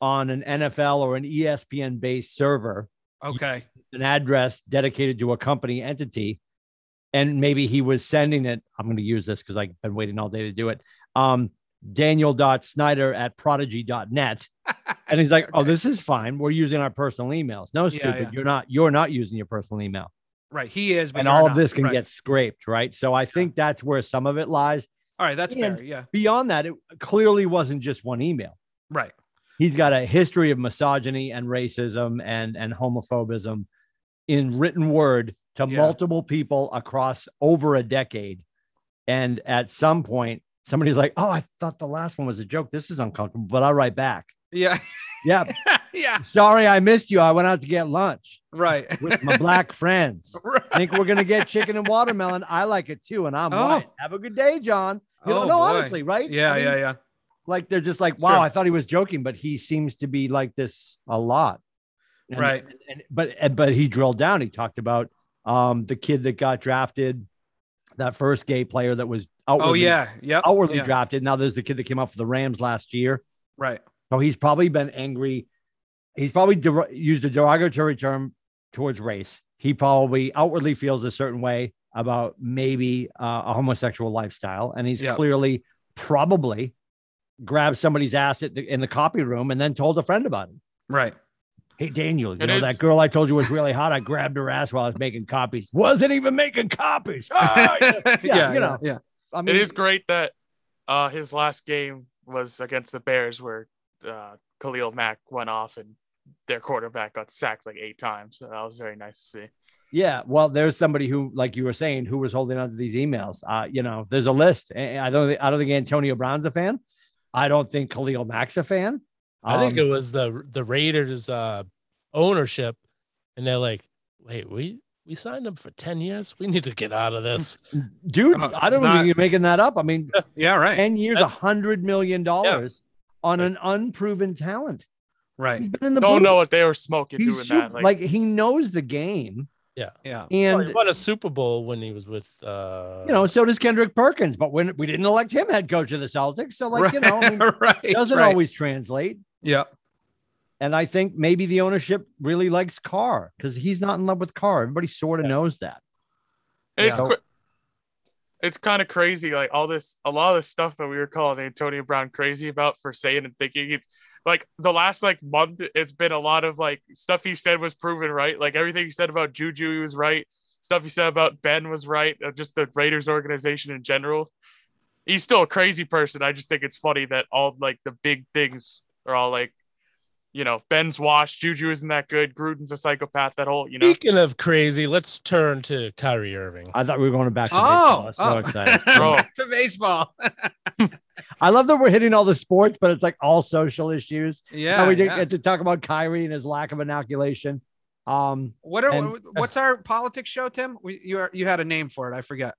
Speaker 1: on an NFL or an E ESPN based server,
Speaker 2: Okay. *laughs*
Speaker 1: an address dedicated to a company entity, and maybe he was sending it. I'm going to use this because I've been waiting all day to do it. Um, Daniel.Snyder at prodigy.net. And he's like, "Oh,
Speaker 2: Okay.
Speaker 1: this is fine. We're using our personal emails. No,
Speaker 2: Yeah,
Speaker 1: stupid,
Speaker 2: yeah.
Speaker 1: you're not. You're not using your personal email."
Speaker 2: Right. He is. But
Speaker 1: and
Speaker 2: you're
Speaker 1: all of
Speaker 2: not.
Speaker 1: this can
Speaker 2: Right.
Speaker 1: get scraped, right? So I think that's where some of it lies.
Speaker 2: All right. That's
Speaker 1: And-
Speaker 2: fair. Yeah.
Speaker 1: Beyond that, it clearly wasn't just one email.
Speaker 2: Right.
Speaker 1: He's got a history of misogyny and racism and and homophobism in written word to
Speaker 2: Yeah.
Speaker 1: multiple people across over a decade. And at some point, somebody's like, "Oh, I thought the last one was a joke. This is uncomfortable, but I'll write back."
Speaker 2: Yeah. *laughs*
Speaker 1: Yeah, *laughs*
Speaker 2: yeah.
Speaker 1: sorry I missed you. I went out to get lunch
Speaker 2: Right.
Speaker 1: with my black friends.
Speaker 2: *laughs* Right.
Speaker 1: think we're gonna get chicken and watermelon. I like it too, and I'm
Speaker 2: Oh.
Speaker 1: white. Have a good day, John. You know,
Speaker 2: Oh,
Speaker 1: no,
Speaker 2: boy.
Speaker 1: honestly, right?
Speaker 2: Yeah.
Speaker 1: I mean,
Speaker 2: yeah. Yeah.
Speaker 1: Like they're just like, wow,
Speaker 2: Sure.
Speaker 1: I thought he was joking, but he seems to be like this a lot, And-
Speaker 2: Right.
Speaker 1: And, and- but and- but he drilled down. He talked about um the kid that got drafted, that first gay player that was outwardly,
Speaker 2: Oh yeah. Yep.
Speaker 1: outwardly
Speaker 2: Yeah.
Speaker 1: drafted. Now there's the kid that came up for the Rams last year.
Speaker 2: Right.
Speaker 1: So he's probably been angry. He's probably der- used a derogatory term towards race. He probably outwardly feels a certain way about maybe uh, a homosexual lifestyle. And he's
Speaker 2: Yeah.
Speaker 1: clearly probably grabbed somebody's ass at the, in the copy room and then told a friend about it.
Speaker 2: Right.
Speaker 1: Hey, Daniel, you
Speaker 4: It
Speaker 1: know
Speaker 4: is-
Speaker 1: that girl I told you was really hot? I grabbed her ass while I was making copies. Wasn't even making
Speaker 4: *laughs*
Speaker 1: copies. *laughs* Ah, yeah.
Speaker 2: *laughs* yeah,
Speaker 1: you know,
Speaker 2: Yeah.
Speaker 1: I mean,
Speaker 4: it is great that uh, his last game was against the Bears, where uh, Khalil Mack went off and their quarterback got sacked like eight times. So that was very nice to see.
Speaker 1: Yeah, well, there's somebody who, like you were saying, who was holding on to these emails. Uh, you know, there's a list. Eh, I don't, think, I don't think Antonio Brown's a fan. I don't think Khalil Mack's a fan.
Speaker 3: I think
Speaker 1: Um,
Speaker 3: it was the the Raiders uh, ownership, and they're like, "Wait, we we signed him for ten years. We need to get out of *laughs* this."
Speaker 1: dude.
Speaker 2: Uh,
Speaker 1: I don't
Speaker 2: it's not-
Speaker 1: think you're making that up. I mean,
Speaker 2: Yeah. Right.
Speaker 1: ten years, a hundred million dollars on an unproven talent.
Speaker 2: Right.
Speaker 1: He's been in the
Speaker 4: Don't
Speaker 1: booth.
Speaker 4: know what they were smoking
Speaker 1: He's
Speaker 4: doing
Speaker 1: super,
Speaker 4: that. Like,
Speaker 1: like he knows the game.
Speaker 2: Yeah.
Speaker 3: Well,
Speaker 1: And
Speaker 3: he won a Super Bowl when he was with uh
Speaker 1: you know, so does Kendrick Perkins, but when we didn't elect him head coach of the Celtics, so *laughs* like you know, I mean,
Speaker 2: *laughs* right.
Speaker 1: it doesn't
Speaker 2: right.
Speaker 1: always translate.
Speaker 2: Yeah.
Speaker 1: And I think maybe the ownership really likes Carr because he's not in love with Carr. Everybody sort of
Speaker 3: Yeah.
Speaker 1: knows that.
Speaker 4: And It's
Speaker 1: Yeah.
Speaker 4: cra- it's kind of crazy, like all this, a lot of the stuff that we were calling Antonio Brown crazy about for saying and thinking. It's like the last like month, it's been a lot of like stuff he said was proven right. Like everything he said about Juju, he was right. Stuff he said about Ben was right. uh, Just the Raiders organization in general. He's still a crazy person. I just think it's funny that all like the big things are all like, you know, Ben's washed. Juju isn't that good. Gruden's a psychopath. That whole, you know,
Speaker 3: speaking of crazy, let's turn to Kyrie Irving.
Speaker 1: I thought we were going back to baseball. I
Speaker 2: Oh,
Speaker 1: was so
Speaker 2: oh. *laughs*
Speaker 1: excited.
Speaker 4: Bro.
Speaker 2: Back to baseball. *laughs*
Speaker 1: I love that we're hitting all the sports, but it's like all social issues.
Speaker 2: yeah.
Speaker 1: Yeah, we didn't
Speaker 2: yeah.
Speaker 1: get to talk about Kyrie and his lack of inoculation. Um,
Speaker 2: What are
Speaker 1: and-
Speaker 2: what's our politics show, Tim? We, you are, you had a name for it. I forget.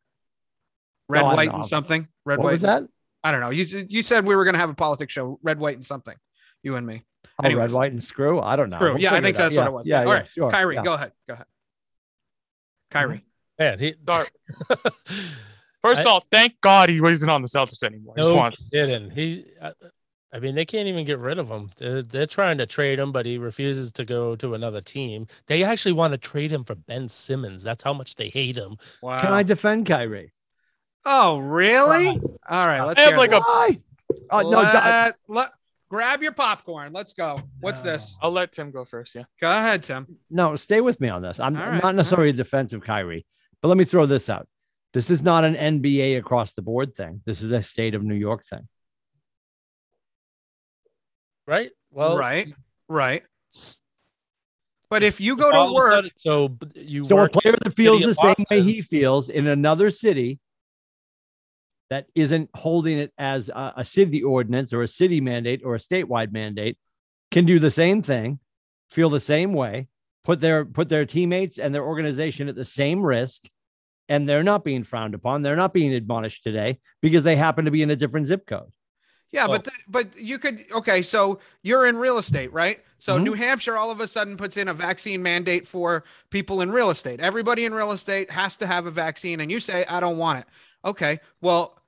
Speaker 1: No,
Speaker 2: Red,
Speaker 1: I'm
Speaker 2: white,
Speaker 1: not.
Speaker 2: and something. Red,
Speaker 1: what
Speaker 2: white.
Speaker 1: was that? Oh,
Speaker 2: I don't know. You s- you said we were gonna have a politics show. Red, white, and something. You and me.
Speaker 1: Oh, red,
Speaker 2: Anyways.
Speaker 1: white, and screw. I don't know.
Speaker 2: Screw. Yeah, I
Speaker 1: figure
Speaker 2: think
Speaker 1: it out.
Speaker 2: that's what
Speaker 1: Yeah,
Speaker 2: it was.
Speaker 1: Yeah,
Speaker 2: All
Speaker 1: yeah,
Speaker 2: right.
Speaker 1: sure.
Speaker 2: Kyrie,
Speaker 1: Yeah.
Speaker 2: go ahead. Go ahead. Kyrie.
Speaker 3: Man, he
Speaker 4: Sorry.
Speaker 3: *laughs*
Speaker 4: First of all, thank God he wasn't on the Celtics anymore. I just
Speaker 3: No,
Speaker 4: want-
Speaker 3: he didn't. He, I, I mean, they can't even get rid of him. They're, they're trying to trade him, but he refuses to go to another team. They actually want to trade him for Ben Simmons. That's how much they hate him.
Speaker 2: Wow.
Speaker 1: Uh-huh. Can I defend Kyrie?
Speaker 2: oh, really? All right. Let's
Speaker 4: I have
Speaker 2: hear
Speaker 4: like
Speaker 2: this.
Speaker 4: a-
Speaker 1: Why? Uh, no, I-
Speaker 2: Let- let- grab your popcorn. Let's go. What's
Speaker 3: No.
Speaker 1: Uh,
Speaker 2: this?
Speaker 4: I'll let Tim go first. Yeah.
Speaker 2: Go ahead, Tim.
Speaker 1: no, stay with me on this. I'm
Speaker 2: All
Speaker 1: I'm
Speaker 2: right, all
Speaker 1: not necessarily a defensive Kyrie, but let me throw this out. This is not an NBA across the board thing. This is a state of New York thing.
Speaker 3: Right? Well,
Speaker 2: right. Right.
Speaker 3: it's-
Speaker 2: But if you go to
Speaker 3: all of a
Speaker 2: work,
Speaker 3: sudden- So b- you
Speaker 1: So a
Speaker 3: work.
Speaker 1: player that feels
Speaker 3: city
Speaker 1: the
Speaker 3: of
Speaker 1: same way
Speaker 3: Boston.
Speaker 1: he feels in another city that isn't holding it as a, a city ordinance or a city mandate or a statewide mandate can do the same thing, feel the same way, put their put their teammates and their organization at the same risk, and they're not being frowned upon. They're not being admonished today because they happen to be in a different zip code.
Speaker 2: yeah,
Speaker 3: Well-
Speaker 2: but th- but you could okay. So you're in real estate, right? So
Speaker 1: Mhm.
Speaker 2: New Hampshire all of a sudden puts in a vaccine mandate for people in real estate. Everybody in real estate has to have a vaccine, and you say I don't want it. Okay, well,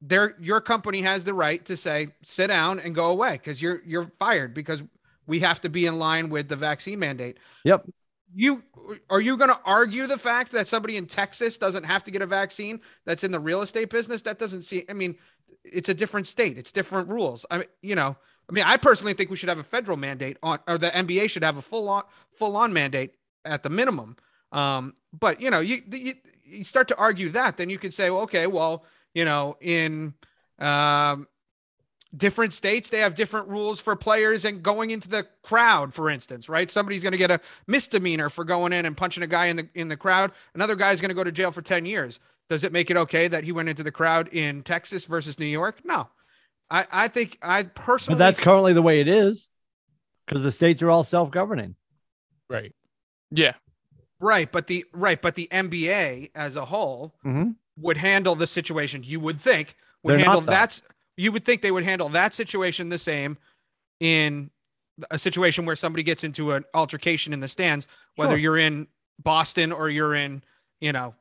Speaker 2: there your company has the right to say sit down and go away because you're you're fired because we have to be in line with the vaccine mandate.
Speaker 1: Yep.
Speaker 2: You are you going to argue the fact that somebody in Texas doesn't have to get a vaccine that's in the real estate business? That doesn't seem. I mean, it's a different state. It's different rules. I mean, you know. I mean, I personally think we should have a federal mandate on, or the NBA should have a full on full on mandate at the minimum. Um, but you know, you, you you start to argue that, then you could say, well, okay, well, you know, in um, different states they have different rules for players and going into the crowd for instance right somebody's going to get a misdemeanor for going in and punching a guy in the in the crowd another guy's going to go to jail for 10 years does it make it okay that he went into the crowd in texas versus new york no i i think i personally
Speaker 1: But that's currently the way it is because the states are all self-governing.
Speaker 3: Right.
Speaker 4: Yeah.
Speaker 2: right but the right but the nba as a whole
Speaker 3: Mm-hmm.
Speaker 1: Mhm.
Speaker 2: would handle the situation you would think would
Speaker 1: They're not,
Speaker 2: handle
Speaker 1: though.
Speaker 2: that's you would think they would handle that situation the same in a situation where somebody gets into an altercation in the stands whether
Speaker 1: Sure.
Speaker 2: you're in boston or you're in you know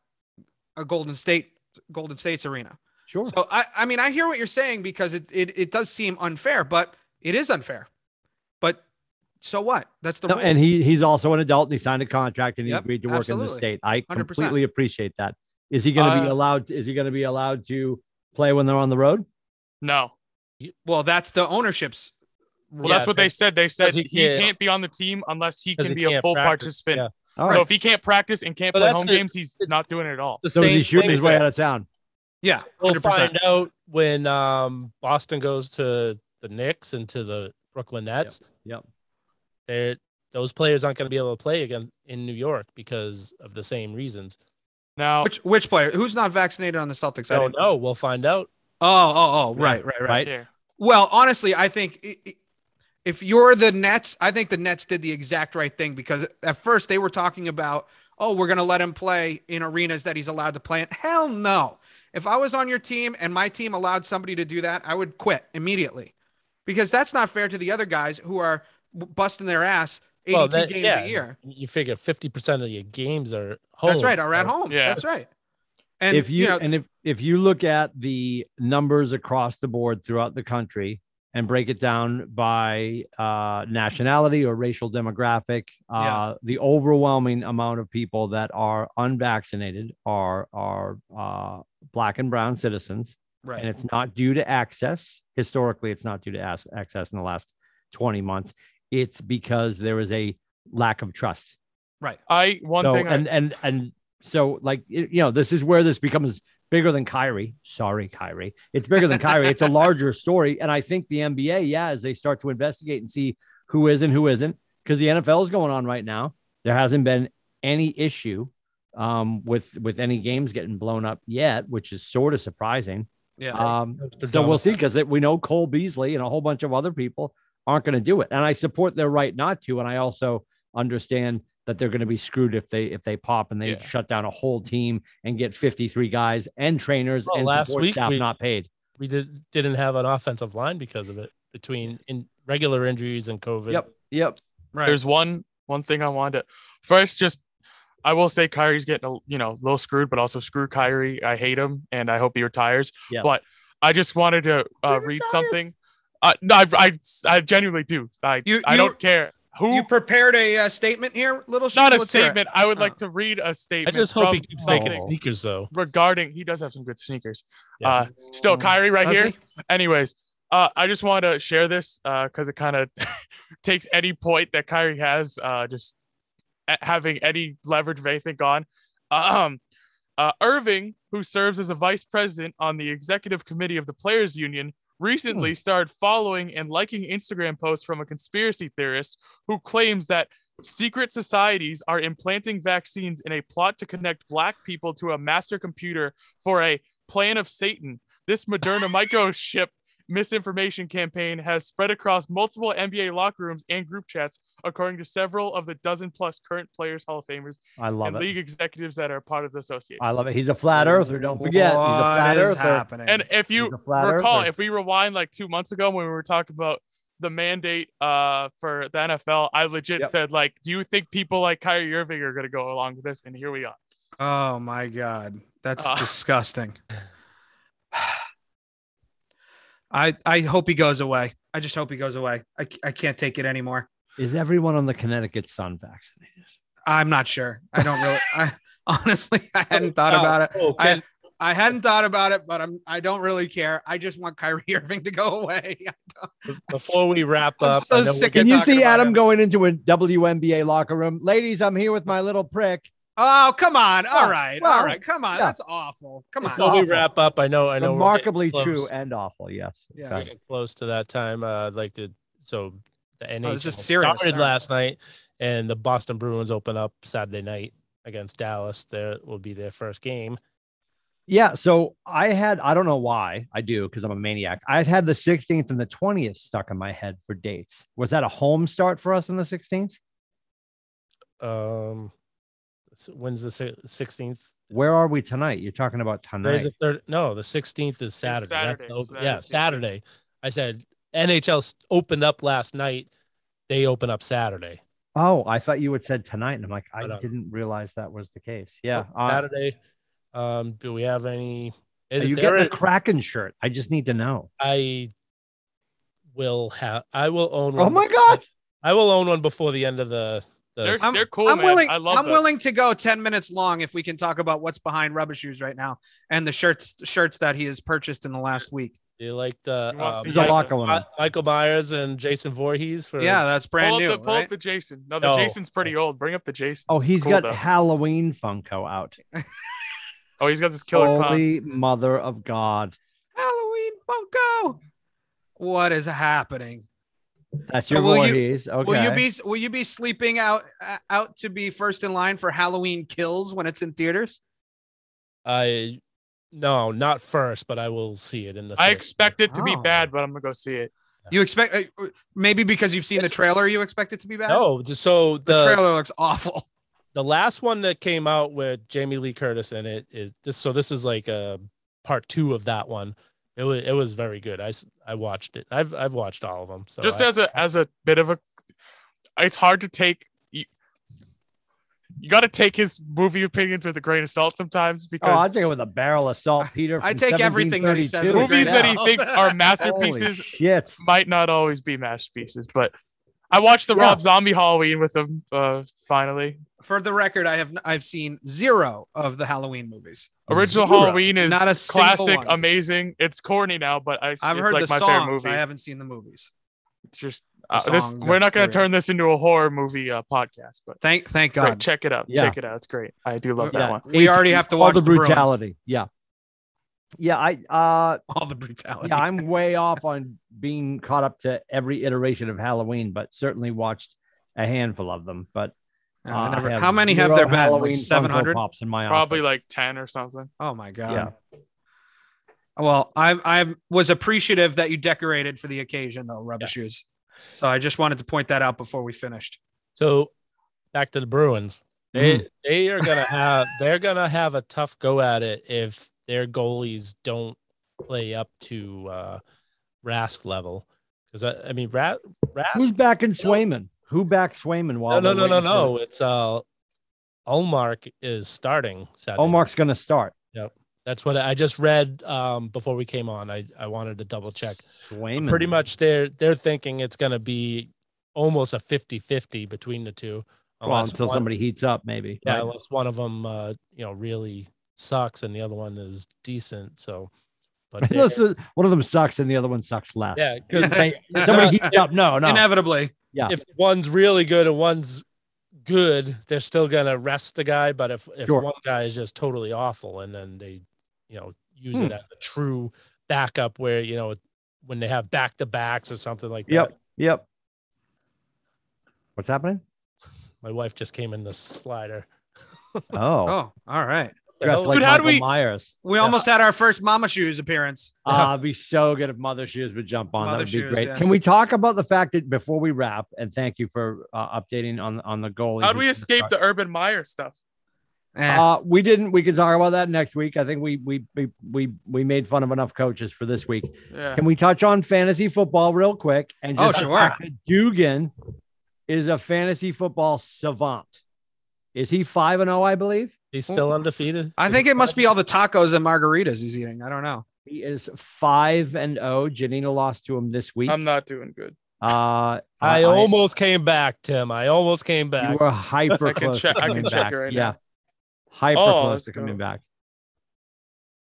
Speaker 2: a golden state golden states arena
Speaker 1: Sure.
Speaker 2: so I, I mean, I hear what you're saying because it, it it does seem unfair, but it is unfair. But so what? That's the
Speaker 1: No,
Speaker 2: rules.
Speaker 1: and he he's also an adult and he signed a contract and he
Speaker 2: Yep,
Speaker 1: agreed to work in the
Speaker 2: absolutely.
Speaker 1: state. I
Speaker 2: 100%.
Speaker 1: completely appreciate that. Is he going to be
Speaker 4: Uh,
Speaker 1: allowed? Is he going to be allowed to play when they're on the road?
Speaker 4: No.
Speaker 2: well, that's the ownership's.
Speaker 4: Well,
Speaker 2: rule.
Speaker 4: that's what they said. They said
Speaker 3: he
Speaker 4: he,
Speaker 3: can't-
Speaker 4: can't, be on the team unless he
Speaker 3: 'Cause
Speaker 4: can
Speaker 3: he
Speaker 4: be a
Speaker 3: can't
Speaker 4: full
Speaker 3: practice,
Speaker 4: participant.
Speaker 3: yeah.
Speaker 1: All
Speaker 4: So
Speaker 1: right.
Speaker 4: if he can't practice and can't
Speaker 3: But
Speaker 4: play
Speaker 3: that's
Speaker 4: home
Speaker 3: the-
Speaker 4: games, he's not doing it at all.
Speaker 3: The
Speaker 1: So is
Speaker 3: same
Speaker 1: he shooting
Speaker 3: thing
Speaker 1: his
Speaker 3: as
Speaker 1: way
Speaker 3: that
Speaker 1: out of town?
Speaker 2: yeah,
Speaker 3: We'll
Speaker 2: 100%.
Speaker 3: find out when um, Boston goes to the Knicks and to the Brooklyn Nets.
Speaker 1: Yep.
Speaker 3: They're, those players aren't going to be able to play again in New York because of the same reasons.
Speaker 4: Now,
Speaker 2: which which player who's not vaccinated on the Celtics? I
Speaker 3: So
Speaker 2: didn't-
Speaker 3: no, we'll find out.
Speaker 2: Oh, oh, oh, right, right, right.
Speaker 1: Right.
Speaker 4: yeah.
Speaker 2: Well, honestly, I think i- i- if you're the Nets, I think the Nets did the exact right thing because at first they were talking about, oh, we're going to let him play in arenas that he's allowed to play in. Hell no. If I was on your team and my team allowed somebody to do that, I would quit immediately because that's not fair to the other guys who are w- busting their ass 82
Speaker 3: Well, that-
Speaker 2: games
Speaker 3: yeah.
Speaker 2: a year.
Speaker 3: You figure fifty percent of your games are home.
Speaker 2: That's right. Are at home.
Speaker 4: Yeah.
Speaker 2: That's right. And
Speaker 1: if you,
Speaker 2: know,
Speaker 1: and if if you look at the numbers across the board throughout the country and break it down by uh, nationality or racial demographic, uh,
Speaker 2: Yeah.
Speaker 1: the overwhelming amount of people that are unvaccinated are are uh, black and brown citizens,
Speaker 2: right.
Speaker 1: and it's not due to access. Historically, it's not due to ac- access in the last twenty months. It's because there is a lack of trust
Speaker 4: I one
Speaker 1: so,
Speaker 4: thing I-
Speaker 1: and and and so like y- you know this is where this becomes bigger than Kyrie. Sorry, Kyrie. It's bigger than Kyrie.
Speaker 4: *laughs*
Speaker 1: It's a larger story, and I think the NBA, yeah, as they start to investigate and see who is and who isn't, because the NFL is going on right now. There hasn't been any issue um, with with any games getting blown up yet, which is sort of surprising.
Speaker 2: yeah.
Speaker 1: Um, so we'll see because we know Cole Beasley and a whole bunch of other people aren't going to do it, and I support their right not to, and I also understand that they're going to be screwed if they if they pop and they
Speaker 4: Yeah.
Speaker 1: shut down a whole team and get 53 guys and trainers
Speaker 3: Well,
Speaker 1: and
Speaker 3: last
Speaker 1: support
Speaker 3: week
Speaker 1: staff
Speaker 3: we-
Speaker 1: not paid.
Speaker 3: We did, didn't have an offensive line because of it between in regular injuries and COVID.
Speaker 1: Yep, yep.
Speaker 2: right.
Speaker 4: there's one one thing I wanted to first just I will say Kyrie's getting a you know a little screwed, but also screw Kyrie. I hate him and I hope he retires.
Speaker 1: Yes.
Speaker 4: But I just wanted to
Speaker 1: He
Speaker 4: uh, read
Speaker 1: retires.
Speaker 4: something. Uh, no, I, I I genuinely do. I
Speaker 2: You-
Speaker 4: I
Speaker 2: you-
Speaker 4: don't care who.
Speaker 2: you prepared a uh, statement here, little
Speaker 4: not a
Speaker 2: Let's hear it.
Speaker 4: statement. I would
Speaker 2: Oh.
Speaker 4: like to read a
Speaker 3: I
Speaker 4: statement.
Speaker 3: just hope he
Speaker 4: from
Speaker 3: keeps
Speaker 1: something.
Speaker 3: making sneakers though.
Speaker 4: regarding he does have some good sneakers.
Speaker 3: Yes. Mm.
Speaker 4: Uh, still Kyrie right
Speaker 2: Does
Speaker 4: here.
Speaker 2: he?
Speaker 4: Anyways, uh, I just want to share this because it kind of *laughs* takes any point that Kyrie has, uh, just a- having any leverage of anything gone. Um, uh, Irving, who serves as a vice president on the executive committee of the Players Union, recently started following and liking Instagram posts from a conspiracy theorist who claims that secret societies are implanting vaccines in a plot to connect black people to a master computer for a plan of Satan. This Moderna microchip misinformation campaign has spread across multiple NBA locker rooms and group chats, according to several of the dozen plus current players, Hall of Famers,
Speaker 1: I love
Speaker 4: and
Speaker 1: it.
Speaker 4: league executives that are part of the association.
Speaker 1: I love it. He's a flat earther. Don't forget, he's a
Speaker 2: What
Speaker 1: flat
Speaker 2: is
Speaker 1: earther.
Speaker 2: happening?
Speaker 4: and if you
Speaker 1: He's a flat
Speaker 4: recall,
Speaker 1: earther.
Speaker 4: if we rewind like two months ago when we were talking about the mandate uh, for the NFL, I legit
Speaker 1: Yep.
Speaker 4: said like, do you think people like Kyrie Irving are going to go along with this? And here we are.
Speaker 2: oh my god, that's
Speaker 4: Uh.
Speaker 2: disgusting. I I hope he goes away. I just hope he goes away. I, c- I can't take it anymore.
Speaker 1: Is everyone on the Connecticut Sun vaccinated?
Speaker 2: I'm not sure. I don't really. I honestly, I hadn't thought about it.
Speaker 3: Oh,
Speaker 2: I- I hadn't thought about it, but I'm. I don't really care. I just want Kyrie *laughs* Irving to go away.
Speaker 3: before we wrap
Speaker 2: I'm
Speaker 3: up,
Speaker 2: so
Speaker 3: I know
Speaker 2: sick
Speaker 3: we-
Speaker 2: of
Speaker 1: Can you
Speaker 2: talking
Speaker 1: see
Speaker 2: about
Speaker 1: Adam
Speaker 2: him.
Speaker 1: going into a WNBA locker room? Ladies, I'm here with my little prick.
Speaker 2: Oh come on! All
Speaker 1: Oh,
Speaker 2: right,
Speaker 1: well,
Speaker 2: all right. Come on,
Speaker 1: yeah.
Speaker 2: that's awful. Come
Speaker 1: It's
Speaker 2: on. *laughs*
Speaker 3: *laughs* before we
Speaker 1: awful.
Speaker 3: wrap up, I know, I know, we're getting
Speaker 1: Remarkably
Speaker 3: close.
Speaker 1: true and awful. Yes.
Speaker 2: Yes.
Speaker 3: We're
Speaker 1: Exactly.
Speaker 3: getting close to that time. Uh, I'd like to. So the NHL
Speaker 2: Oh, this is serious.
Speaker 3: started
Speaker 2: All right.
Speaker 3: last night, and the Boston Bruins open up Saturday night against Dallas. There will be their first game.
Speaker 1: Yeah. So I had, I don't know why I do because I'm a maniac. I had the 16th and the 20th stuck in my head for dates. Was that a home start for us on the 16th?
Speaker 3: Um, s- when's the sixteenth?
Speaker 1: Where are we tonight? You're talking about tonight.
Speaker 3: There's a third. No, the sixteenth is Saturday. That's
Speaker 4: Saturday,
Speaker 3: the-
Speaker 4: so that
Speaker 3: yeah,
Speaker 4: is the-
Speaker 3: Saturday. I said NHL s- opened up last night. They open up Saturday.
Speaker 1: oh, I thought you had said tonight. And I'm like, I
Speaker 3: Hold on.
Speaker 1: didn't realize that was the case. Yeah. Uh,
Speaker 3: Saturday. Um, do we have any?
Speaker 1: are
Speaker 3: Is
Speaker 1: you
Speaker 3: there
Speaker 1: getting a
Speaker 3: a-
Speaker 1: Kraken shirt? I just need to know.
Speaker 3: I will have. I will own. one
Speaker 1: Oh my
Speaker 3: before-
Speaker 1: God.
Speaker 3: I will own one before the end of the. the
Speaker 4: They're,
Speaker 2: I'm-
Speaker 4: they're cool,
Speaker 2: I'm
Speaker 4: man.
Speaker 2: willing.
Speaker 4: I love
Speaker 2: I'm
Speaker 4: them.
Speaker 2: willing to go ten minutes long if we can talk about what's behind Rubber Shoes right now and the shirts shirts that he has purchased in the last week.
Speaker 3: you like the,
Speaker 4: You wanna
Speaker 3: um,
Speaker 4: see
Speaker 1: There's a
Speaker 4: Yeah.
Speaker 1: lot going on.
Speaker 3: Mi- Michael Myers and Jason Voorhees for
Speaker 2: Yeah, that's brand
Speaker 4: pull
Speaker 2: new.
Speaker 4: Up the, pull
Speaker 2: right?
Speaker 4: up the Jason. No,
Speaker 3: No.
Speaker 4: the Jason's pretty old. Bring up the Jason.
Speaker 1: Oh, he's
Speaker 4: cool,
Speaker 1: got
Speaker 4: though.
Speaker 1: Halloween Funko out.
Speaker 4: Oh, he's got this killer clown.
Speaker 1: Holy mother of God.
Speaker 2: Halloween Funko. What is happening?
Speaker 1: That's
Speaker 2: So
Speaker 1: your
Speaker 2: will you-
Speaker 1: Voorhees. okay.
Speaker 2: Will you be will you be sleeping out uh, out to be first in line for Halloween Kills when it's in theaters?
Speaker 3: I no, not first, but I will see it in the.
Speaker 4: I
Speaker 3: theater.
Speaker 4: expect it to be
Speaker 2: Oh.
Speaker 4: bad, but I'm gonna go see it.
Speaker 2: You expect uh, maybe because you've seen the trailer, you expect it to be bad.
Speaker 3: No, just so
Speaker 2: the,
Speaker 3: the
Speaker 2: trailer looks awful. *laughs*
Speaker 3: the last one that came out with Jamie Lee Curtis in it is this. So this is like a part two of that one. It was it was very good. I s- I watched it. I've I've watched all of them. So
Speaker 4: just
Speaker 3: I,
Speaker 4: as a as a bit of a it's hard to take. You, you got to take his movie opinions with a grain of salt sometimes
Speaker 1: Oh, I
Speaker 4: because
Speaker 1: take it with a barrel of salt, Peter.
Speaker 2: I
Speaker 1: from
Speaker 2: take everything that he says
Speaker 1: 1732.
Speaker 2: with a grain
Speaker 4: movies
Speaker 2: of
Speaker 4: that
Speaker 2: salt.
Speaker 4: he
Speaker 2: *laughs*
Speaker 4: thinks are
Speaker 1: Holy
Speaker 4: masterpieces
Speaker 1: shit.
Speaker 4: might not always be masterpieces. But I watched the
Speaker 1: Yeah.
Speaker 4: Rob Zombie Halloween with him uh, finally.
Speaker 2: For the record, I have I've seen zero of the Halloween movies.
Speaker 4: Original
Speaker 1: Zero.
Speaker 4: Halloween is
Speaker 2: Not a single
Speaker 4: classic,
Speaker 2: one.
Speaker 4: amazing. It's corny now, but I,
Speaker 2: I've
Speaker 4: it's
Speaker 2: heard
Speaker 4: like
Speaker 2: the
Speaker 4: my favorite
Speaker 2: songs.
Speaker 4: movie.
Speaker 2: I haven't seen the movies.
Speaker 4: it's just
Speaker 2: the
Speaker 4: uh, this.
Speaker 2: song,
Speaker 4: We're not going
Speaker 2: period.
Speaker 4: to turn this into a horror movie uh, podcast, but
Speaker 2: Thank thank
Speaker 4: great,
Speaker 2: God.
Speaker 4: check it out.
Speaker 1: Yeah.
Speaker 4: Check it out. It's great. I do love
Speaker 1: Yeah.
Speaker 4: that one.
Speaker 2: We already have to
Speaker 1: All
Speaker 2: watch
Speaker 1: the
Speaker 2: the Bruins.
Speaker 1: brutality. yeah. Yeah, I uh
Speaker 2: All the brutality.
Speaker 1: yeah, I'm way off on being caught up to every iteration of Halloween, but certainly watched a handful of them. But
Speaker 2: Uh, I
Speaker 1: uh,
Speaker 2: never-
Speaker 1: I
Speaker 2: how many have
Speaker 1: zero
Speaker 2: there been?
Speaker 1: Halloween
Speaker 2: Like
Speaker 1: Funko
Speaker 2: seven hundred.
Speaker 1: pops in my
Speaker 4: Probably
Speaker 1: office.
Speaker 4: like ten or something.
Speaker 2: Oh my god.
Speaker 1: Yeah.
Speaker 2: Well, I I was appreciative that you decorated for the occasion though, rubber shoes. So I just wanted to point that out before we finished.
Speaker 3: So back to the Bruins. They they are gonna have *laughs* they're gonna have a tough go at it if their goalies don't play up to uh Rask level. Because I, I mean Ra-
Speaker 1: who's
Speaker 3: Rask
Speaker 1: backing Swayman? Who backs Swayman
Speaker 3: no
Speaker 1: while
Speaker 3: no
Speaker 1: they're
Speaker 3: no no
Speaker 1: waiting
Speaker 3: no. It's uh Olmark is starting
Speaker 1: for-
Speaker 3: Saturday.
Speaker 1: Omar's gonna start.
Speaker 3: That's what I just read um before we came on. I, I wanted to double check.
Speaker 1: Swayman.
Speaker 3: pretty much they're they're thinking it's going to be almost a 50-50 between the two
Speaker 1: well, until
Speaker 3: one,
Speaker 1: somebody heats up, maybe.
Speaker 3: yeah,
Speaker 1: right?
Speaker 3: unless one of them uh, you know really sucks and the other one is decent so
Speaker 1: *laughs*
Speaker 3: but they're-
Speaker 1: Unless uh, one of them sucks and the other one sucks less. *laughs*
Speaker 3: Yeah,
Speaker 1: because
Speaker 2: It's
Speaker 1: somebody
Speaker 4: uh,
Speaker 3: not-
Speaker 1: heats up. No, no.
Speaker 2: Inevitably.
Speaker 1: Ah.
Speaker 3: if one's really good and one's good they're still going to rest the guy but if if
Speaker 1: Sure.
Speaker 3: one guy is just totally awful and then they you know use
Speaker 1: Hmm.
Speaker 3: it as a true backup where you know when they have back to backs or something like that
Speaker 1: Yep. Yep. What's
Speaker 4: *laughs*
Speaker 1: happening?
Speaker 3: my wife just came in the slider
Speaker 1: Oh,
Speaker 2: Oh, all right.
Speaker 1: dressed like
Speaker 4: Dude, how do
Speaker 1: Michael
Speaker 4: we- *laughs*
Speaker 1: Myers.
Speaker 2: We almost had our first Mama Shoes appearance.
Speaker 1: Ah, it'd be so good if Mother Shoes would jump on.
Speaker 2: Mother
Speaker 1: that would be
Speaker 2: Shoes,
Speaker 1: great.
Speaker 2: yes.
Speaker 1: Can we talk about the fact that before we wrap, and thank you for uh, updating on on the goalie.
Speaker 4: How'd we
Speaker 1: who's
Speaker 4: escape
Speaker 1: gonna
Speaker 4: the Urban Meyer stuff?
Speaker 2: Eh,
Speaker 1: start. Uh, we didn't. We can talk about that next week. I think we we we we we made fun of enough coaches for this week.
Speaker 4: Yeah.
Speaker 1: Can we touch on fantasy football real quick? And
Speaker 2: Oh,
Speaker 1: just the
Speaker 2: sure.
Speaker 1: fact that Dugan is a fantasy football savant. Is he five and zero? I believe
Speaker 3: He's still undefeated.
Speaker 2: I think it must be all the tacos and margaritas he's eating. I don't know.
Speaker 1: he is five and zero. Janina lost to him this week.
Speaker 4: I'm not doing good.
Speaker 1: uh,
Speaker 3: I almost came back, Tim. I almost came
Speaker 1: You
Speaker 3: back.
Speaker 1: were hyper
Speaker 4: *laughs* I can
Speaker 1: close
Speaker 4: check-
Speaker 1: to
Speaker 4: I can
Speaker 1: coming
Speaker 4: check
Speaker 1: back.
Speaker 4: it right
Speaker 1: yeah.
Speaker 4: now.
Speaker 1: Hyper
Speaker 4: Oh,
Speaker 1: close
Speaker 4: let's
Speaker 1: to coming
Speaker 4: go.
Speaker 1: back.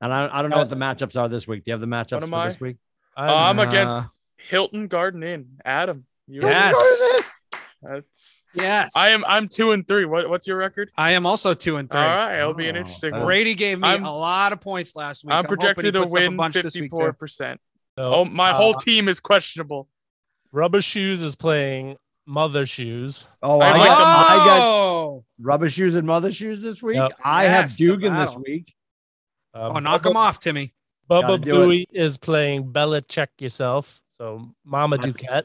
Speaker 1: And I, I don't know
Speaker 3: Uh,
Speaker 1: what the matchups are this week. Do you have the matchups
Speaker 4: am
Speaker 1: for
Speaker 4: I?
Speaker 1: this week?
Speaker 4: Uh, I'm
Speaker 2: uh,
Speaker 4: against Hilton Garden Inn. Adam. You
Speaker 2: Yes.
Speaker 4: That's,
Speaker 2: Yes.
Speaker 4: I am. I'm two and three. What, what's your record?
Speaker 2: I am also two and three.
Speaker 4: All right, it'll be an
Speaker 1: Oh,
Speaker 4: interesting.
Speaker 1: that's-
Speaker 4: one.
Speaker 2: Brady gave me
Speaker 4: I'm-
Speaker 2: a lot of points last week.
Speaker 4: I'm
Speaker 2: hoping he
Speaker 4: projected to
Speaker 2: puts up a
Speaker 4: win
Speaker 2: bunch this week, too.
Speaker 4: 54. percent
Speaker 3: So,
Speaker 4: Oh, my
Speaker 3: uh,
Speaker 4: whole team is questionable.
Speaker 3: Rubber Shoes is playing Mother Shoes.
Speaker 1: Oh,
Speaker 4: I
Speaker 1: I,
Speaker 4: like
Speaker 1: got,
Speaker 4: them.
Speaker 1: I got
Speaker 2: Oh!
Speaker 1: rubber shoes and mother shoes this week.
Speaker 3: Yep.
Speaker 1: I
Speaker 2: Yes,
Speaker 1: have
Speaker 2: the
Speaker 1: Dugan this
Speaker 2: battle.
Speaker 1: week.
Speaker 3: Um,
Speaker 2: oh, knock
Speaker 3: Bubba-
Speaker 2: him off, Timmy.
Speaker 1: Gotta
Speaker 3: Bubba
Speaker 1: do it.
Speaker 3: Booey is playing Bella Check Yourself. So Mama
Speaker 1: That's-
Speaker 3: Duquette.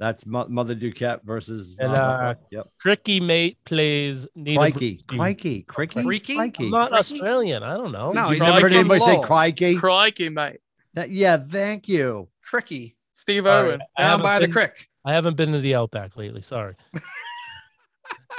Speaker 1: That's Mo- Mother Duquette versus.
Speaker 3: And,
Speaker 1: Mama-
Speaker 3: uh,
Speaker 1: yep.
Speaker 3: Cricky Mate plays Nina.
Speaker 1: Crikey.
Speaker 3: Brzezinski.
Speaker 1: Crikey. Crikey.
Speaker 2: Crikey?
Speaker 3: I'm
Speaker 1: Crikey.
Speaker 3: not
Speaker 2: Cricky?
Speaker 3: Australian. I don't know.
Speaker 2: No,
Speaker 1: You've
Speaker 2: he's
Speaker 1: never
Speaker 2: like
Speaker 1: heard
Speaker 2: from
Speaker 1: anybody say
Speaker 2: Lowell.
Speaker 1: crikey?
Speaker 4: Crikey, mate.
Speaker 1: That- yeah, thank you.
Speaker 2: Cricky
Speaker 4: Steve
Speaker 3: Sorry,
Speaker 4: Irwin.
Speaker 3: I
Speaker 2: down
Speaker 3: haven't
Speaker 2: by the
Speaker 3: been-
Speaker 2: crick.
Speaker 3: I haven't been to the Outback lately. Sorry.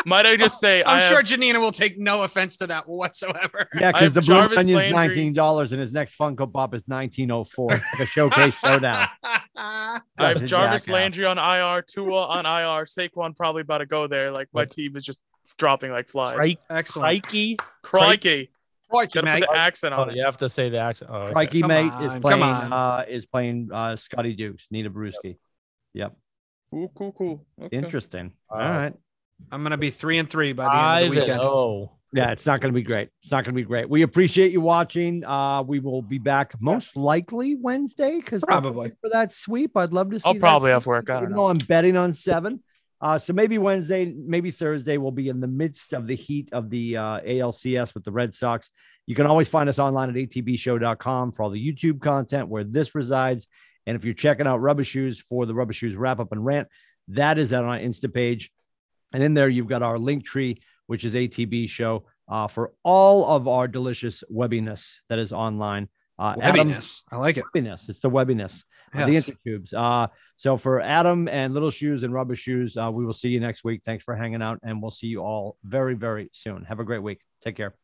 Speaker 4: Might I just say?
Speaker 2: I'm
Speaker 4: I
Speaker 2: sure
Speaker 4: have-
Speaker 2: Janina will take no offense to that whatsoever.
Speaker 1: Yeah,
Speaker 4: I
Speaker 1: because
Speaker 4: have
Speaker 1: the blue
Speaker 4: Jarvis
Speaker 1: onion's
Speaker 4: Landry.
Speaker 1: nineteen dollars and his next Funko Pop is nineteen oh four. It's like a
Speaker 4: *laughs*
Speaker 1: showcase showdown.
Speaker 4: I have
Speaker 1: Such a
Speaker 4: Jarvis
Speaker 1: jackass.
Speaker 4: Landry on IR, Tua on IR, Saquon probably about to go there. Like my team is just dropping like flies.
Speaker 3: Crikey.
Speaker 2: *laughs* Excellent.
Speaker 3: Crikey.
Speaker 4: Crikey,
Speaker 2: Crikey,
Speaker 4: gotta put
Speaker 2: mate.
Speaker 4: the accent
Speaker 3: Oh,
Speaker 4: on it.
Speaker 3: you have to say the accent. Oh, okay.
Speaker 1: Crikey
Speaker 2: Come
Speaker 1: mate
Speaker 2: on,
Speaker 1: is
Speaker 2: come
Speaker 1: playing
Speaker 2: on.
Speaker 1: uh is playing uh Scotty Dukes, Nina Brewski.
Speaker 4: Cool, cool, cool. Okay.
Speaker 1: Interesting. All
Speaker 3: Wow.
Speaker 1: right.
Speaker 2: I'm gonna be three and three by the end
Speaker 3: Five
Speaker 2: of the weekend.
Speaker 3: Oh,
Speaker 1: Yeah, it's not going to be great. It's not going to be great. We appreciate you watching. Uh, we will be back most likely Wednesday because
Speaker 2: Probably.
Speaker 1: for that sweep. I'd love to see.
Speaker 4: I'll
Speaker 1: that
Speaker 4: probably
Speaker 1: sweep,
Speaker 4: have work. I don't
Speaker 1: even
Speaker 4: know.
Speaker 1: though I'm betting on seven. Uh, so maybe Wednesday, maybe Thursday, we'll be in the midst of the heat of the uh, ALCS with the Red Sox. You can always find us online at atbshow.com for all the YouTube content where this resides. And if you're checking out Rubber Shoes for the Rubber Shoes wrap up and rant, that is on our Insta page. And in there, you've got our link tree, which is ATB Show, uh, for all of our delicious webbiness that is online. Uh, Adam-
Speaker 2: Webbiness. I like it.
Speaker 1: webbiness. It's the webbiness. or the
Speaker 2: Yes.
Speaker 1: intercubes. Uh, so for Adam and Little Shoes and Rubber Shoes, uh, we will see you next week. Thanks for hanging out, and we'll see you all very, very soon. Have a great week. Take care.